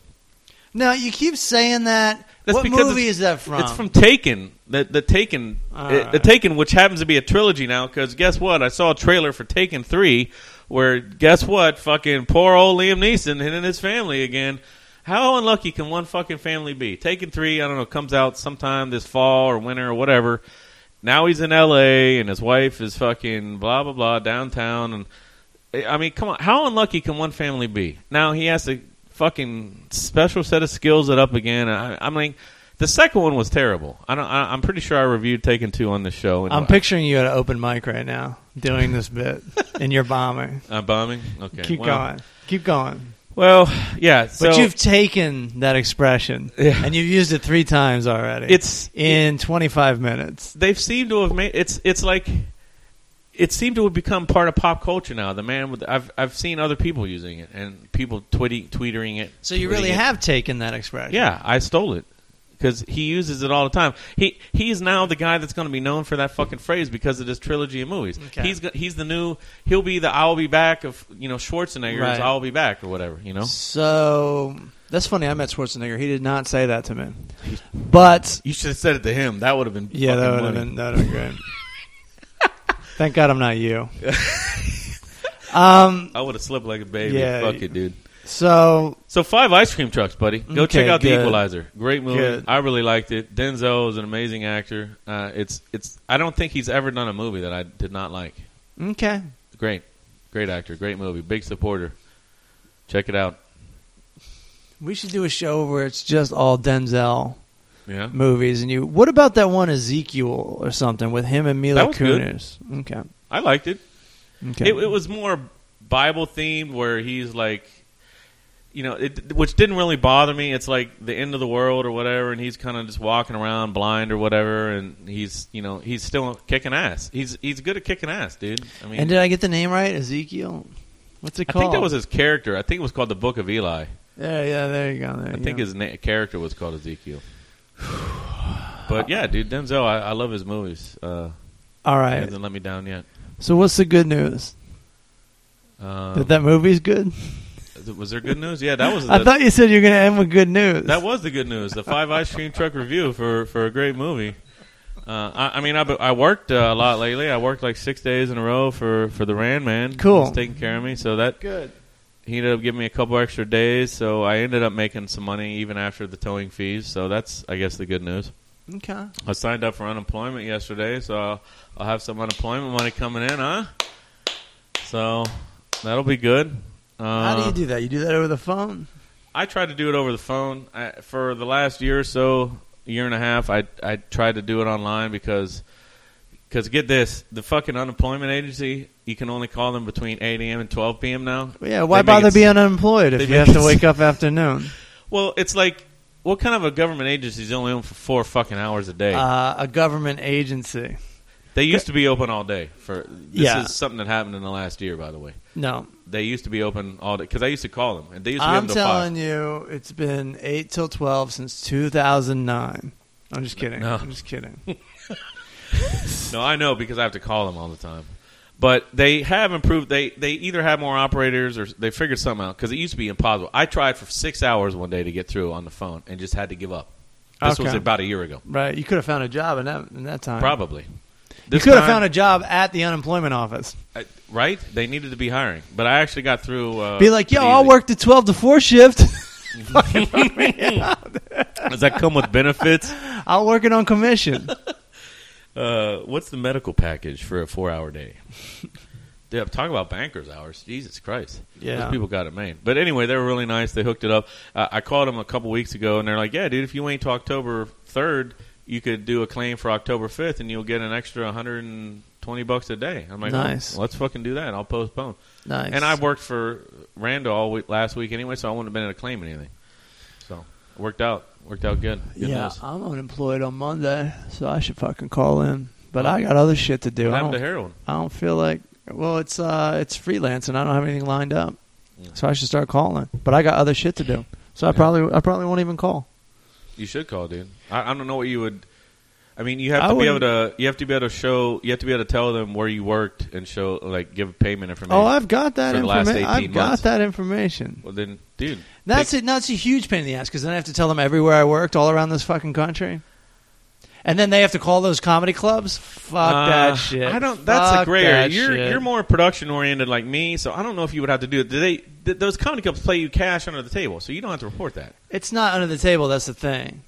S5: No, you keep saying that.
S4: That's
S5: what
S4: because
S5: movie
S4: it's-
S5: is that from?
S4: It's from Taken. The the Taken
S5: Ah.
S4: the Taken, which happens to be a trilogy now. Because guess what? I saw a trailer for Taken three, where guess what? Fucking poor old Liam Neeson and his family again. How unlucky can one fucking family be? Taken three, I don't know, comes out sometime this fall or winter or whatever. Now he's in L.A. and his wife is fucking blah blah blah downtown and I mean, come on. How unlucky can one family be? Now he has a fucking special set of skills it up again. I, I mean, the second one was terrible. I don't. I, I'm pretty sure I reviewed Taken Two on this show. And
S3: I'm picturing you at an open mic right now doing this bit in your bomber.
S4: I'm Uh, bombing. Okay,
S3: Keep
S4: well,
S3: going. Keep going.
S4: Well, yeah. So
S3: But you've taken that expression
S4: Yeah.
S3: and you've used it three times already.
S4: it's
S3: in 25 minutes.
S4: they've seemed to have made it's it's like it seemed to have become part of pop culture now. The man with I've I've seen other people using it and people twitty tweetering it.
S3: So you
S4: tweeting
S3: really
S4: it.
S3: have taken that expression.
S4: Yeah, I stole it because he uses it all the time. He he's now the guy that's going to be known for that fucking phrase because of this trilogy of movies.
S3: Okay.
S4: He's go- he's the new. He'll be the I'll be back of you know Schwarzenegger's
S3: Right.
S4: I'll be back or whatever. You know.
S3: So that's funny. I met Schwarzenegger. He did not say that to me. But
S4: You should have said it to him. That would have been
S3: yeah, that would have been that would have been great. Thank God I'm not you. um.
S4: I would have slipped like a baby.
S3: Yeah.
S4: Fuck it, dude.
S3: So
S4: So five ice cream trucks, buddy. Go
S3: Okay,
S4: check out
S3: good.
S4: the Equalizer. Great movie.
S3: Good.
S4: I really liked it. Denzel is an amazing actor. Uh, it's it's. I don't think he's ever done a movie that I did not like.
S3: okay.
S4: Great, great actor, great movie, big supporter. Check it out.
S3: We should do a show where it's just all Denzel
S4: Yeah,
S3: movies, and you. What about that one Ezekiel or something with him and Mila
S4: That was good.
S3: Kunis? Okay,
S4: I liked it.
S3: okay.
S4: It, it was more Bible themed, where he's like, you know, it, which didn't really bother me. It's like the end of the world or whatever, and he's kind of just walking around blind or whatever, and he's you know he's still kicking ass. He's he's good at kicking ass, dude. I mean,
S3: and did I get the name right? Ezekiel. What's it
S4: I
S3: called?
S4: think that was his character. I think it was called the Book of Eli.
S3: Yeah, yeah. There you go. There
S4: I
S3: you
S4: think
S3: go.
S4: his na- character was called Ezekiel. But yeah, dude, Denzel, I, I love his movies. Uh,
S3: all
S4: he
S3: right.
S4: hasn't let me down yet.
S3: So what's the good news?
S4: Um,
S3: That that movie's good.
S4: was there good news? Yeah, that was. The,
S3: I thought you said you were going to end with good news.
S4: That was the good news. The five ice cream truck review for for a great movie. Uh, I, I mean, I, I worked uh, a lot lately. I worked like six days in a row for for the Rand Man.
S3: Cool.
S4: He's taking care of me. So that
S3: good.
S4: he ended up giving me a couple extra days. So I ended up making some money even after the towing fees. So that's I guess the good news.
S3: Okay.
S4: I signed up for unemployment yesterday, so I'll, I'll have some unemployment money coming in, huh? So that'll be good. Uh,
S3: How do you do that? You do that over the phone?
S4: I tried to do it over the phone I, for the last year or so, year and a half. I I tried to do it online because because get this, the fucking unemployment agency. You can only call them between 8 a.m. and 12 p.m. now.
S3: Well, yeah. Why
S4: They make
S3: bother
S4: it-
S3: being unemployed
S4: they
S3: if you
S4: make
S3: have
S4: it-
S3: to wake up after noon?
S4: Well, it's like what kind of a government agency is only open for four fucking hours a day?
S3: Uh, a government agency.
S4: they used to be open all day. For this
S3: Yeah.
S4: is something that happened in the last year, by the way.
S3: No,
S4: They used to be open all day because I used to call them, and they used to be
S3: I'm
S4: open till
S3: telling
S4: five.
S3: you, it's been eight till twelve since 2009. I'm just kidding.
S4: No.
S3: I'm just kidding.
S4: No, I know because I have to call them all the time. But they have improved. They they either have more operators or they figured something out because it used to be impossible. I tried for six hours one day to get through on the phone and just had to give up. This was
S3: Okay.
S4: about a year ago,
S3: right? You could have found a job in that in that time.
S4: probably.
S3: You could have found a job at the unemployment office.
S4: a right. They needed to be hiring, but I actually got through. Uh,
S3: Be like, yo,
S4: pretty
S3: I'll
S4: easy.
S3: work the 12 to 4 shift.
S4: Does that come with benefits?
S3: I'll work it on commission.
S4: Uh, what's the medical package for a four-hour day? Yeah, talk about bankers' hours. Jesus Christ.
S3: Yeah.
S4: Those people got it made. But anyway, they were really nice. They hooked it up. Uh, I called them a couple weeks ago, and they're like, yeah, dude, if you wait till October 3rd, you could do a claim for October 5th, and you'll get an extra 120 bucks a day. I'm like, "Oh,
S3: Nice.
S4: well, let's fucking do that. I'll postpone.
S3: Nice.
S4: And I worked for Randall all week, last week anyway, so I wouldn't have been able to claim anything. worked out. Worked out good. Good
S3: yeah,
S4: news.
S3: I'm unemployed on Monday, so I should fucking call in. But I got other shit to do.
S4: What
S3: I
S4: happened to
S3: don't,
S4: heroin?
S3: I don't feel like. Well, it's uh, it's freelance, and I don't have anything lined up, so I should start calling. But I got other shit to do, so I
S4: Yeah.
S3: probably I probably won't even call.
S4: You should call, dude. I, I don't know what you would. I mean, you have
S3: I
S4: to be able
S3: wouldn't-
S4: to. You have to be able to show. You have to be able to tell them where you worked and show, like, give payment information.
S3: Oh, I've got that
S4: For the last
S3: information.
S4: 18
S3: I've got
S4: months.
S3: that information.
S4: well, then, dude.
S3: That's it. That's a huge pain in the ass because then I have to tell them everywhere I worked all around this fucking country, and then they have to call those comedy clubs. Fuck
S4: Uh,
S3: that shit.
S4: I don't. That's
S3: Fuck
S4: a gray area.
S3: that
S4: You're
S3: shit.
S4: you're more production oriented like me, so I don't know if you would have to do it. Do they? Th- those comedy clubs play you cash under the table, so you don't have to report that.
S3: It's not under the table. That's the thing.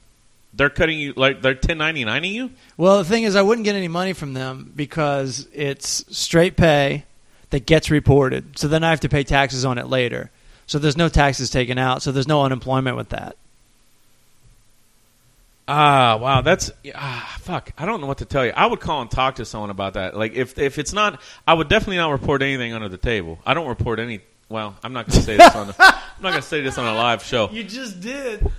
S4: They're cutting you like they're ten ninety nine you.
S3: Well, the thing is, I wouldn't get any money from them because it's straight pay that gets reported. So then I have to pay taxes on it later. So there's no taxes taken out. So there's no unemployment with that.
S4: Ah, wow, that's yeah, ah, fuck. I don't know what to tell you. I would call and talk to someone about that. Like, if if it's not, I would definitely not report anything under the table. I don't report any. Well, I'm not gonna say this on. The, I'm not gonna say this on a live show.
S3: You just did.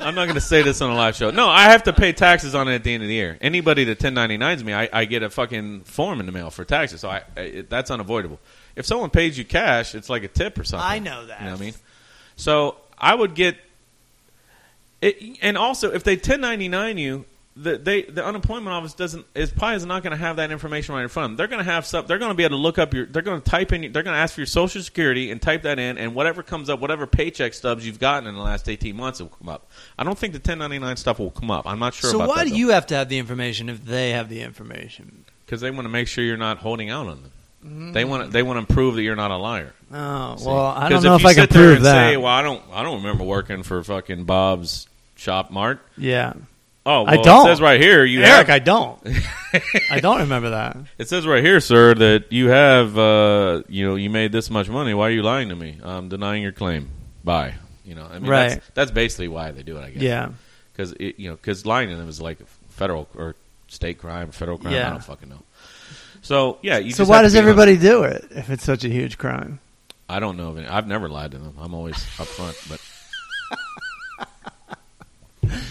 S4: I'm not gonna say this on a live show. No, I have to pay taxes on it at the end of the year. Anybody that 1099s me, I, I get a fucking form in the mail for taxes. So I, I it, that's unavoidable. If someone pays you cash, it's like a tip or something.
S3: I know that.
S4: You know what I mean? So I would get it, and also if they 1099 you, the they the unemployment office doesn't is probably is not going to have that information right in front. Of them. They're going to have some. They're going to be able to look up your. They're going to type in. your- They're going to ask for your social security and type that in, and whatever comes up, whatever paycheck stubs you've gotten in the last 18 months will come up. I don't think the 1099 stuff will come up. I'm not sure.
S3: so
S4: about
S3: why
S4: that,
S3: do you have to have the information if they have the information?
S4: Because they want to make sure you're not holding out on them. They want to, they want to prove that you're not a liar.
S3: Oh Mm-hmm.
S4: See?
S3: well, I
S4: 'Cause
S3: don't know
S4: if,
S3: if,
S4: you
S3: I can
S4: sit there
S3: prove
S4: and
S3: that.
S4: Say, well, I don't I don't remember working for fucking Bob's Shop Mart.
S3: yeah,
S4: Oh, well,
S3: I don't.
S4: It says right here you
S3: Eric,
S4: have-
S3: I don't. I don't remember that.
S4: It says right here, sir, that you have, uh, you know, you made this much money. Why are you lying to me? I'm denying your claim. Bye. You know, I mean,
S3: Right.
S4: that's, that's basically why they do it, I guess.
S3: Yeah,
S4: Because, you know, 'cause lying to them is like a federal or state crime, federal crime.
S3: Yeah.
S4: I don't fucking know. So, yeah. You
S3: so
S4: just
S3: why
S4: have to
S3: does
S4: be honest.
S3: everybody do it if it's such a huge crime?
S4: I don't know of any. I've never lied to them. I'm always upfront, but.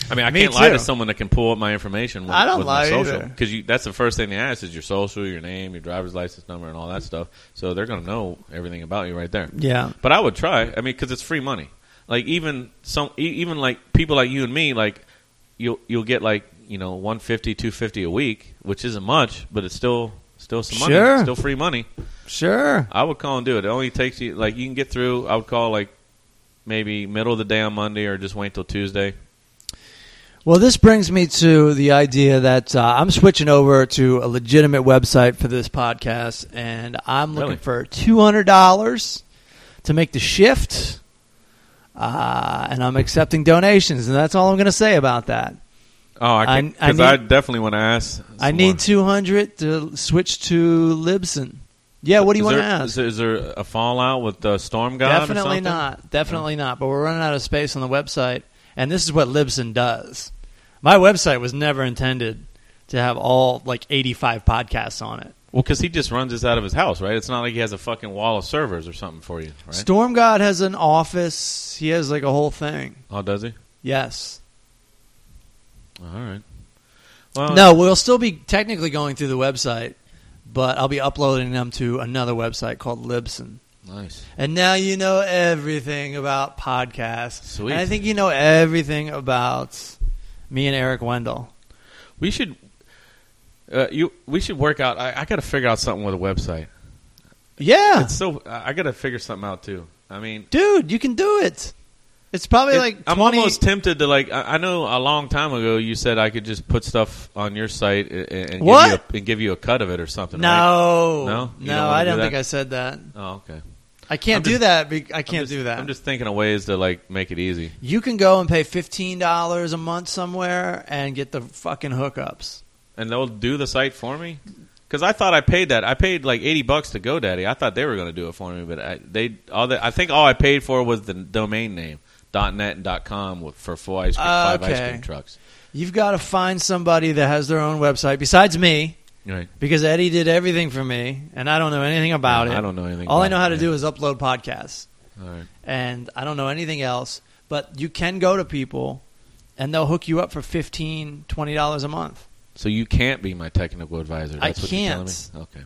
S4: I mean, I
S3: Me
S4: can't lie to
S3: too.
S4: someone that can pull up my information. With,
S3: I don't
S4: with
S3: lie
S4: my social
S3: either.
S4: because that's the first thing they ask is your social, your name, your driver's license number, and all that stuff. So they're going to know everything about you right there.
S3: Yeah,
S4: But I would try. I mean, because it's free money. Like even some, e- even like people like you and me, like you'll you'll get like you know 150, 250 a week, which isn't much, but it's still still some money,
S3: Sure.
S4: still free money.
S3: sure.
S4: I would call and do it. It only takes you like you can get through. I would call like maybe middle of the day on Monday or just wait till Tuesday.
S3: Well, this brings me to the idea that uh, I'm switching over to a legitimate website for this podcast, and I'm looking
S4: Really?
S3: for two hundred dollars to make the shift. Uh, and I'm accepting donations, and that's all I'm going to say about that.
S4: Oh, I
S3: I-
S4: can
S3: I
S4: because I,
S3: need-
S4: definitely want to ask.
S3: I need 200 to switch to Libsyn. Yeah, what do you want to ask?
S4: Is, there a fallout with uh, Storm God? or
S3: Definitely
S4: something?
S3: not. Definitely not. But we're running out of space on the website, and this is what Libsyn does. My website was never intended to have all like 85 podcasts on it.
S4: Well, because he just runs this out of his house, right? It's not like he has a fucking wall of servers or something for you, right?
S3: Storm God has an office. He has like a whole thing.
S4: oh, does he?
S3: Yes.
S4: All right. Well,
S3: No, we'll still be technically going through the website, but I'll be uploading them to another website called Libsyn.
S4: nice.
S3: And now you know everything about podcasts.
S4: Sweet.
S3: And I think you know everything about me and Eric Wendell.
S4: We should. Uh, you, we should work out. I, I got to figure out something with a website.
S3: Yeah.
S4: It's so I got to figure something out too. I mean,
S3: Dude, you can do it. It's probably
S4: It-
S3: like 20,
S4: I'm almost tempted to like. I, I know a long time ago you said I could just put stuff on your site and, and,
S3: What?
S4: Give, you a, and give you a cut of it or something. right?
S3: No.
S4: No? You don't
S3: No,
S4: wanna
S3: I
S4: do
S3: don't
S4: that?
S3: think I said that.
S4: Oh, okay.
S3: I can't
S4: I'm
S3: do
S4: just-
S3: that. Be- I can't
S4: I'm just-
S3: do that.
S4: I'm just thinking of ways to like make it easy.
S3: you can go and pay $15 a month somewhere and get the fucking hookups.
S4: And they'll do the site for me. Because I thought I paid that. I paid like eighty bucks to GoDaddy. I thought they were going to do it for me, but I, they all. They, I think all I paid for was the domain name .net and .com with- for four ice cream,
S3: Ah,
S4: five ice
S3: okay.
S4: cream trucks.
S3: You've got to find somebody that has their own website besides me
S4: Right.
S3: because Eddie did everything for me and I don't know anything about
S4: Yeah,
S3: it.
S4: I don't know anything.
S3: All I
S4: about
S3: know how
S4: it,
S3: to
S4: yeah.
S3: do is upload podcasts,
S4: All right.
S3: and I don't know anything else. But you can go to people, and they'll hook you up for fifteen, twenty dollars a month.
S4: So you can't be my technical advisor.
S3: I
S4: That's what you're telling
S3: can't.
S4: me? Okay.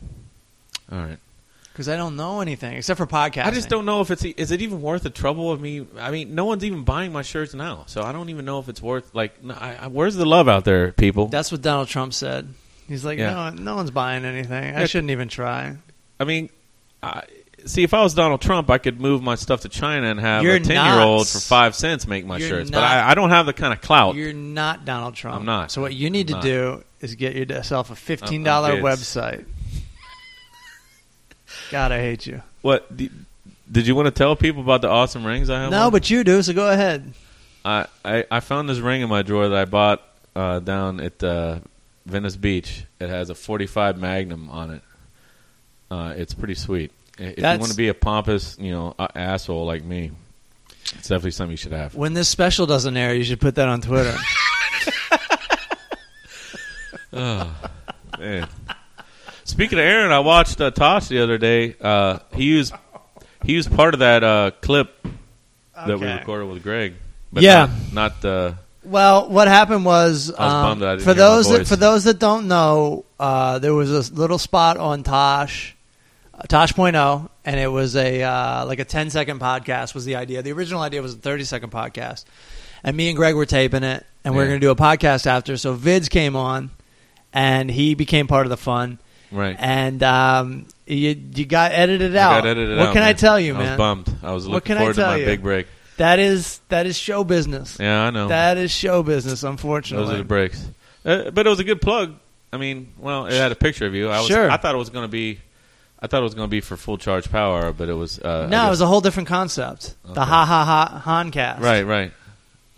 S4: All right.
S3: Because I don't know anything except for podcasting.
S4: I just don't know if it's e- is it even worth the trouble of me. I mean, no one's even buying my shirts now, so I don't even know if it's worth. Like, no, I, I, where's the love out there, people?
S3: That's what Donald Trump said. He's like, no,
S4: Yeah.
S3: no one's buying anything. I
S4: Yeah.
S3: shouldn't even try.
S4: I mean, I, see, if I was Donald Trump, I could move my stuff to China and have
S3: You're
S4: a ten year old
S3: nuts.
S4: for five cents make my
S3: You're
S4: shirts. But
S3: nuts.
S4: I, I don't have the kind of clout.
S3: You're not Donald Trump.
S4: Oh. I'm not.
S3: So what you need
S4: I'm
S3: to
S4: not.
S3: do is get yourself a fifteen dollar
S4: I'm- I'm kids.
S3: website. God, I hate you.
S4: What did, did you want to tell people about the awesome rings I have?
S3: No,
S4: on?
S3: but you do. So go ahead.
S4: I, I I found this ring in my drawer that I bought uh, down at uh, Venice Beach. It has a 45 Magnum on it. Uh, it's pretty sweet. I- If
S3: That's-
S4: you want to be a pompous, you know, a- asshole like me, it's definitely something you should have.
S3: When this special doesn't air, you should put that on Twitter.
S4: Man. Speaking of Aaron, I watched uh, Tosh the other day. Uh, he used he used part of that uh, clip that we
S3: Okay.
S4: recorded with Greg.
S3: Yeah.
S4: not, not uh,
S3: Well, what happened was,
S4: was
S3: um,
S4: bummed that I didn't
S3: for
S4: hear my
S3: those that,
S4: voice.
S3: for those that don't know, uh, there was a little spot on Tosh, uh, Tosh.0, and it was a uh, like a 10 second podcast was the idea. The original idea was a 30 second podcast, and me and Greg were taping it, and we were
S4: Yeah.
S3: going to do a podcast after. So Vids came on, and he became part of the fun,
S4: right.
S3: and um, you you got edited
S4: I
S3: out.
S4: got edited
S3: what
S4: out,
S3: can I
S4: man.
S3: tell you,
S4: I
S3: man?
S4: was bummed. I was
S3: What
S4: looking
S3: can I
S4: forward
S3: tell
S4: to my
S3: you?
S4: big break.
S3: That is that is show business.
S4: Yeah, I know.
S3: That is show business, unfortunately.
S4: Those are the breaks. Uh, but it was a good plug. I mean, well, it had a picture of you. I was,
S3: Sure.
S4: I thought it was going to be, I thought it was going to be for full charge power, but it was. Uh, I
S3: No, it was
S4: guess-
S3: a whole different concept. The
S4: Okay.
S3: ha ha ha Honcast.
S4: right, right,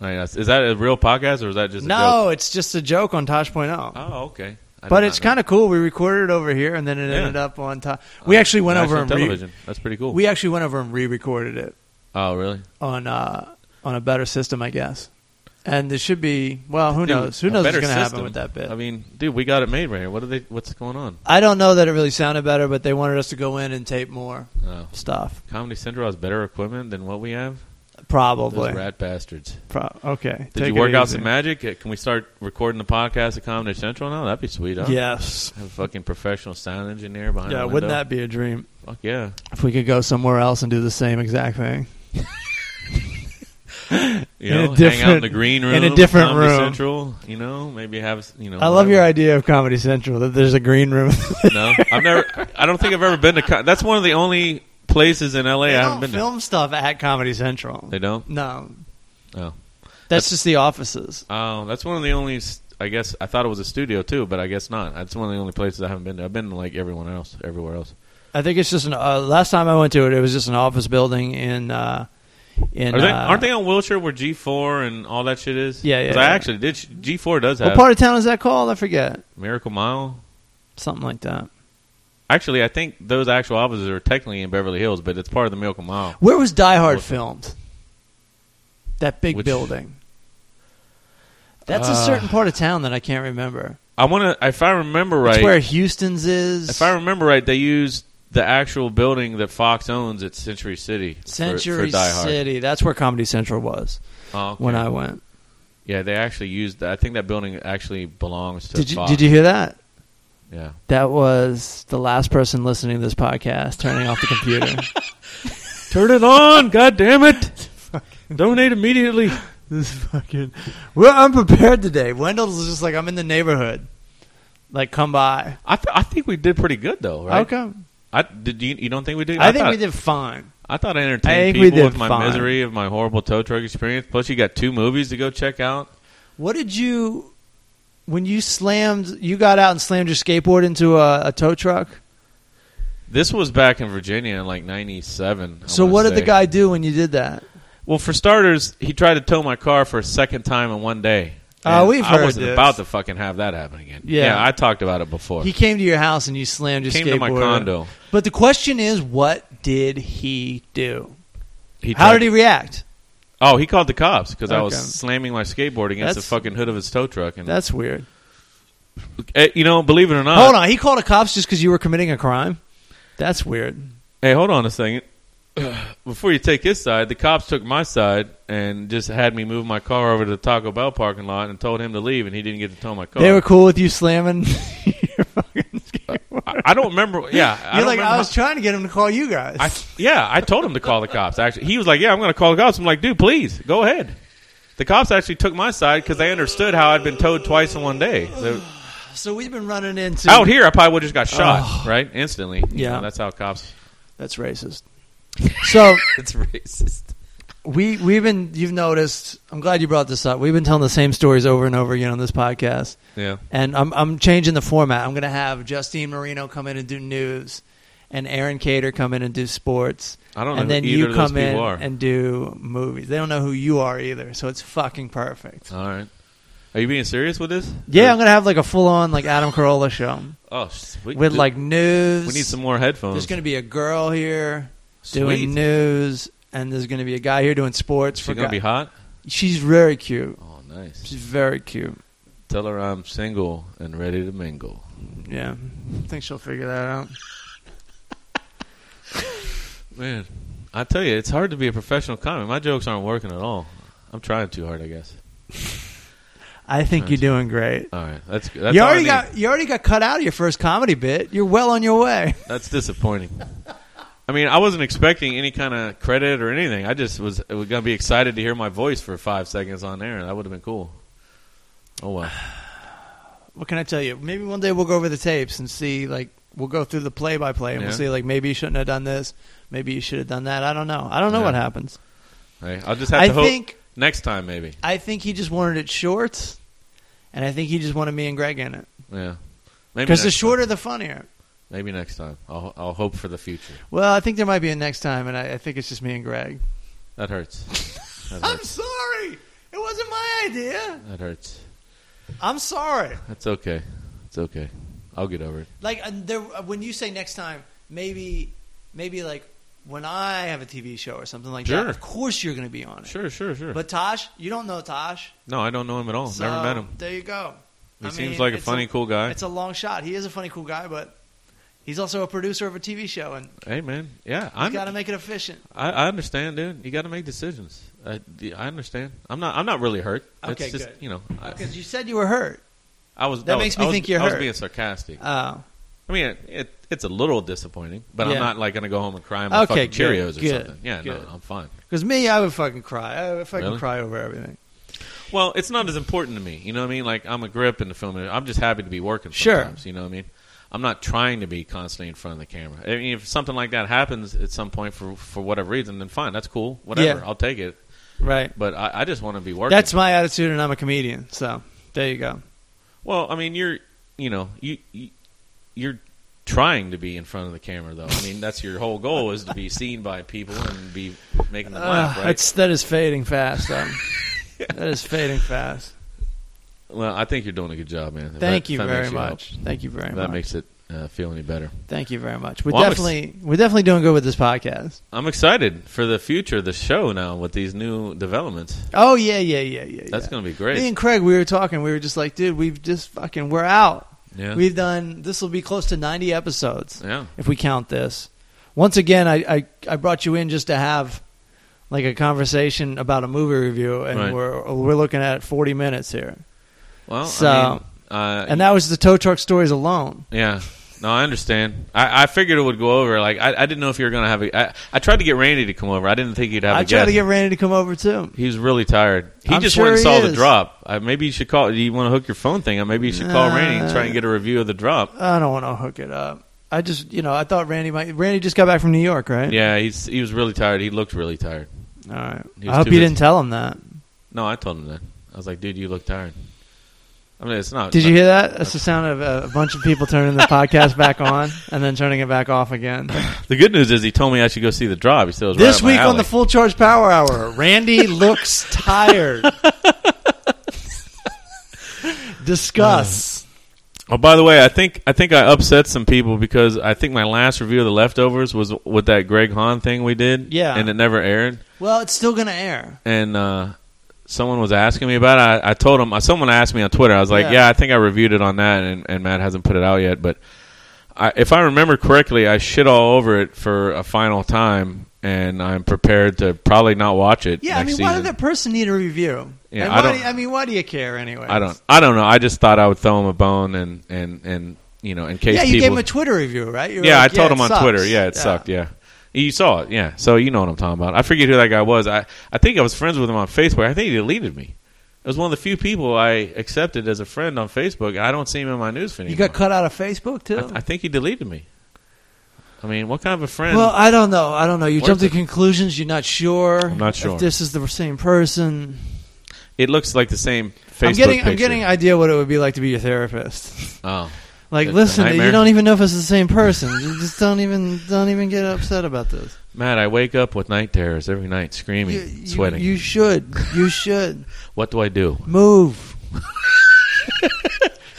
S4: right. that's- Is that a real podcast or is that just a
S3: No,
S4: joke?
S3: it's just a joke on Tosh.0.
S4: Oh, okay. I
S3: but
S4: did
S3: it's
S4: not know.
S3: kind of cool. We recorded it over here, and then it
S4: Yeah.
S3: ended up on Tosh. We actually went over
S4: National
S3: and re-
S4: television. That's pretty cool.
S3: we actually went over and re-recorded it
S4: oh, really?
S3: on uh, on a better system, I guess. And there should be well, who
S4: Dude,
S3: knows? Who
S4: a
S3: knows what's
S4: better
S3: going to happen
S4: system.
S3: with that bit? I,
S4: I mean, dude, we got it made right here. What are they? What's going on?
S3: don't know that it really sounded better, but they wanted us to go in and tape more
S4: Oh.
S3: stuff.
S4: Comedy Central has better equipment than what we have.
S3: Probably.
S4: Those rat bastards.
S3: Pro- okay.
S4: Did
S3: Oh, Take
S4: you
S3: it
S4: work out
S3: easy.
S4: some magic? Uh, Can we start recording the podcast at Comedy Central now? That'd be sweet. Huh?
S3: Yes.
S4: Have a fucking professional sound engineer behind
S3: Yeah.
S4: the
S3: Wouldn't
S4: window.
S3: that be a dream?
S4: Fuck yeah.
S3: if we could go somewhere else and do the same exact thing.
S4: You
S3: In a
S4: know, hang out in
S3: different-
S4: the green room.
S3: in a different
S4: Comedy
S3: room.
S4: Central, you know, maybe have, you know.
S3: I love your
S4: whatever.
S3: idea of Comedy Central that there's a green room.
S4: No, I've never, I don't think I've ever been to, co- that's one of the only places in LA I haven't been
S3: film stuff at Comedy Central.
S4: to. They don't?
S3: No,
S4: Oh.
S3: that's just the offices.
S4: Oh, that's one of the only, s- I guess, I thought it was a studio too, but I guess not. That's one of the only places I haven't been to. I've been to like everyone else, everywhere else.
S3: I think it's just an. Uh, last time I went to it, it was just an office building in. Uh, in
S4: Are they,
S3: uh,
S4: aren't they on Wilshire where G4 and all that shit is?
S3: Yeah, yeah,
S4: 'Cause
S3: yeah.
S4: I actually did, sh- G4 does
S3: What
S4: have
S3: part of town is that called? I forget.
S4: Miracle Mile.
S3: Something like that.
S4: Actually, I think those actual offices are technically in Beverly Hills, but it's part of the Miracle Mile.
S3: Where was Die Hard
S4: Wilson.
S3: filmed? That big
S4: Which- Uh,
S3: building. That's a certain part of town that I can't remember.
S4: I want to, if I remember
S3: It's
S4: right,
S3: where Houston's is.
S4: if I remember right, they used the actual building that Fox owns at Century City. for-
S3: Century
S4: for, Die Hard.
S3: City. That's where Comedy Central was
S4: Oh, okay.
S3: when I went.
S4: yeah, they actually used. That. I think that building actually belongs to.
S3: Did you
S4: Fox.
S3: did you hear that?
S4: Yeah.
S3: That was the last person listening to this podcast turning off the computer.
S4: Turn it on! God damn it! Donate immediately.
S3: this is fucking We're unprepared today. Wendell's just like I'm in the neighborhood. Like come by.
S4: I, th- I think we did pretty good though, right?
S3: How come?
S4: I did you you don't think we did?
S3: I, think
S4: thought,
S3: we did fine.
S4: I thought I
S3: I think
S4: entertained
S3: we
S4: people
S3: did
S4: with my
S3: fine.
S4: misery of my horrible tow truck experience. Plus, you got two movies to go check out.
S3: What did you when you slammed you got out and slammed your skateboard into a, a tow truck?
S4: This was back in Virginia in like '97. I
S3: So
S4: wanna
S3: what did the
S4: say.
S3: guy do when you did that?
S4: Well, for starters, he tried to tow my car for a second time in one day.
S3: Oh,
S4: And
S3: we've
S4: I
S3: heard
S4: wasn't
S3: this.
S4: about to fucking have that happen again.
S3: Yeah.
S4: I talked about it before.
S3: He came to your house and you slammed your
S4: came
S3: skateboard.
S4: to my condo.
S3: But the question is, what did he do?
S4: He
S3: How
S4: tried-
S3: did he react?
S4: Oh, he called the cops because I was
S3: Okay.
S4: slamming my skateboard against the
S3: That's-
S4: fucking hood of his tow truck. And
S3: That's weird.
S4: Eh, you know, believe it or not,
S3: Hold on, he called the cops just because you were committing a crime. That's weird.
S4: Hey, hold on a second. before you take his side, the cops took my side and just had me move my car over to the Taco Bell parking lot and told him to leave, and he didn't get to tow my car.
S3: They were cool with you slamming. your fucking skateboard.
S4: I, I don't remember. Yeah, I
S3: You're
S4: don't
S3: like,
S4: remember
S3: I was trying to get him to call you guys.
S4: I, yeah, I told him to call the cops. Actually, he was like, "Yeah, I'm going to call the cops." I'm like, "Dude, please go ahead." The cops actually took my side because they understood how I'd been towed twice in one day. They-
S3: so we've been running into.
S4: out here, I probably would have just got shot right instantly. You
S3: Yeah.
S4: know, that's how cops.
S3: That's racist. So
S4: It's racist.
S3: we we've been you've noticed. I'm glad you brought this up. We've been telling the same stories over and over again on this podcast,
S4: Yeah,
S3: and I'm I'm changing the format. I'm going to have Justine Marino come in and do news, and Aaron Cater come in and do sports.
S4: I don't know
S3: and then
S4: who either
S3: you
S4: of those
S3: come
S4: people
S3: in
S4: are.
S3: and do movies. They don't know who you are either, so it's fucking perfect.
S4: All right, are you being serious with this?
S3: Yeah, I'm gonna have like a full on like Adam Carolla show
S4: Oh, sweet.
S3: with
S4: Dude,
S3: like news.
S4: we need some more headphones.
S3: There's gonna be a girl here
S4: Sweet.
S3: doing news, and there's gonna be a guy here doing sports.
S4: She
S3: for
S4: gonna
S3: guy-
S4: be hot.
S3: She's very cute.
S4: Oh, nice.
S3: She's very cute.
S4: Tell her I'm single and ready to mingle.
S3: Yeah, I think she'll figure that out.
S4: Man, I tell you, it's hard to be a professional comic. My jokes aren't working at all. I'm trying too hard, I guess.
S3: I think you're doing great.
S4: All right, that's that's
S3: you
S4: all I
S3: already
S4: need.
S3: got you already got cut out of your first comedy bit. You're well on your way.
S4: That's disappointing. I mean, I wasn't expecting any kind of credit or anything. I just was, was going to be excited to hear my voice for five seconds on air. That would have been cool. Oh well.
S3: What can I tell you? Maybe one day we'll go over the tapes and see like we'll go through the play by play and
S4: Yeah.
S3: we'll see like maybe you shouldn't have done this, maybe you should have done that. I don't know. I don't know
S4: Yeah.
S3: what happens.
S4: Hey, I'll just have
S3: I
S4: to hope
S3: think
S4: next time maybe.
S3: I think he just wanted it short, and I think he just wanted me and Greg in it
S4: Yeah, maybe
S3: because the
S4: next
S3: shorter the funnier.
S4: time. Maybe next time. I'll I'll hope for the future.
S3: Well, I think there might be a next time, and I, I think it's just me and Greg.
S4: That hurts. That
S3: I'm
S4: hurts.
S3: sorry. It wasn't my idea.
S4: That hurts.
S3: I'm sorry.
S4: That's okay. It's okay. I'll get over it.
S3: Like uh, there, uh, when you say next time, maybe, maybe like when I have a TV show or something like
S4: Sure.
S3: that. Of course, you're going to be on it.
S4: Sure, sure, sure.
S3: But Tosh, you don't know Tosh.
S4: no, I don't know him at all.
S3: so
S4: Oh, Never met him.
S3: There you go.
S4: He
S3: I
S4: seems
S3: mean,
S4: like a
S3: it's
S4: funny, cool guy.
S3: It's a long shot. He is a funny, cool guy, but he's also a producer of a TV show, and
S4: Hey, man. Yeah,
S3: you
S4: I'm.
S3: got to make it efficient.
S4: I, I understand, dude. You got to make decisions. I, I understand. I'm not. I'm not really hurt.
S3: Okay,
S4: it's just,
S3: good.
S4: You know, I,
S3: Because you said you were hurt.
S4: I was.
S3: That makes
S4: was,
S3: me
S4: I was-
S3: think you're
S4: I was
S3: hurt.
S4: being sarcastic.
S3: Oh,
S4: I mean, it, it, it's a little disappointing, but
S3: Yeah.
S4: I'm not like gonna go home and cry my
S3: Okay,
S4: fucking
S3: good,
S4: Cheerios or
S3: good,
S4: something. Yeah,
S3: good.
S4: no, I'm fine.
S3: because me, I would fucking cry. I would fucking
S4: Really?
S3: cry over everything.
S4: Well, it's not as important to me. You know what I mean? Like I'm a grip in the film. industry. I'm just happy to be working.
S3: Sure.
S4: Sometimes, You know what I mean? I'm not trying to be constantly in front of the camera. I mean, if something like that happens at some point for for whatever reason, then fine, that's cool. Whatever,
S3: Yeah.
S4: I'll take it.
S3: Right.
S4: But I, I just want to be working.
S3: That's my attitude, and I'm a comedian. So there you go.
S4: Well, I mean, you're, you know, you, you you're trying to be in front of the camera, though. I mean, that's your whole goal is to be seen by people and be making them laugh,
S3: Uh,
S4: right?
S3: that's that is fading fast. though. That is fading fast.
S4: Well, I think you're doing a good job, man. If
S3: Thank
S4: that-
S3: you
S4: if that
S3: very
S4: makes you
S3: much. Thank you very
S4: Help, that
S3: much.
S4: makes it uh, feel any better.
S3: Thank you very much. We're
S4: Well, I'm ex-
S3: definitely we're definitely doing good with this podcast.
S4: I'm excited for the future of the show now with these new developments.
S3: Oh yeah, yeah, yeah, yeah.
S4: That's
S3: yeah.
S4: going to be great.
S3: Me and Craig, we were talking. We were just like, dude, we've just fucking we're out.
S4: yeah.
S3: We've done this will be close to 90 episodes
S4: yeah.
S3: if we count this. Once again, I, I I brought you in just to have like a conversation about a movie review, and
S4: Right.
S3: we're we're looking at 40 minutes here.
S4: Well,
S3: So-
S4: I mean, uh,
S3: And that was the tow truck stories alone.
S4: Yeah. No, I understand. I, I figured it would go over. Like I, I didn't know if you were going to have a. I, I tried to get Randy to come over. I didn't think he'd have. a
S3: I tried
S4: guest.
S3: to get Randy to come over too.
S4: He's really tired. He
S3: I'm
S4: just
S3: sure
S4: went and
S3: he
S4: saw the
S3: is.
S4: drop. Uh, maybe you should call. Do you want to hook your phone thing? up? Maybe you should call
S3: Nah.
S4: Randy and try and get a review of the drop.
S3: I don't want to hook it up. I just, you know, I thought Randy might. Randy just got back from New York, right?
S4: Yeah, he's he was really tired. He looked really tired.
S3: All right.
S4: He
S3: I
S4: was
S3: hope
S4: too
S3: you
S4: busy.
S3: didn't tell him that.
S4: No, I told him that. I was like, dude, you look tired. I mean, it's not.
S3: Did you hear that? That's the sound of uh, a bunch of people turning the podcast back on and then turning it back off again.
S4: The good news is he told me I should go see the drop. He said it was
S3: This
S4: right
S3: week
S4: up my
S3: on the
S4: alley.
S3: Full Charge Power Hour, Randy looks tired. Discuss.
S4: Oh, by the way, I think I think I upset some people because I think my last review of the leftovers was with that Greg Hahn thing we did.
S3: Yeah.
S4: and it never aired.
S3: well, it's still going to air.
S4: and uh, someone was asking me about it. I, I told uh, him. Someone asked me on Twitter. I was like,
S3: Yeah.
S4: "Yeah, I think I reviewed it on that, and, and Matt hasn't put it out yet." But I, if I remember correctly, I shit all over it for a final time, and I'm prepared to probably not watch it.
S5: Yeah, I
S4: next
S5: mean, why
S4: season.
S5: did that person need a review?
S4: Yeah,
S5: And
S4: I
S5: why
S4: don't-
S5: do, I mean, why do you care anyway?
S4: I don't. I don't know. I just thought I would throw him a bone, and and and you know, in case
S5: Yeah, you
S4: people.
S5: gave him a Twitter review, right? You were
S4: yeah,
S5: like,
S4: I told
S5: it
S4: him on
S5: sucks."
S4: Twitter. Yeah, it sucked. Yeah, you saw it. Yeah, so you know what I'm talking about. I forget who that guy was. I I think I was friends with him on Facebook. I think he deleted me. It was one of the few people I accepted as a friend on Facebook. I don't see him in my news feed.
S5: You
S4: anymore.
S5: got cut out of Facebook too.
S4: I, I think he deleted me. I mean, what kind of a friend?
S3: Well, I don't know. I don't know. You
S4: Worth
S3: jump to
S4: it.
S3: conclusions. You're not sure.
S4: I'm not sure.
S3: if this is the same person.
S4: it looks like the same Facebook
S3: I'm getting. I'm
S4: picture.
S3: getting an idea what it would be like to be your therapist.
S4: Oh,
S3: Like,
S4: It's a
S3: listen,
S4: nightmare.
S3: you don't even know if it's the same person. you just don't even don't even get upset about this.
S4: Matt, I wake up with night terrors every night, screaming,
S3: You, you-
S4: sweating.
S3: You should. You should
S4: what do I do?
S3: move.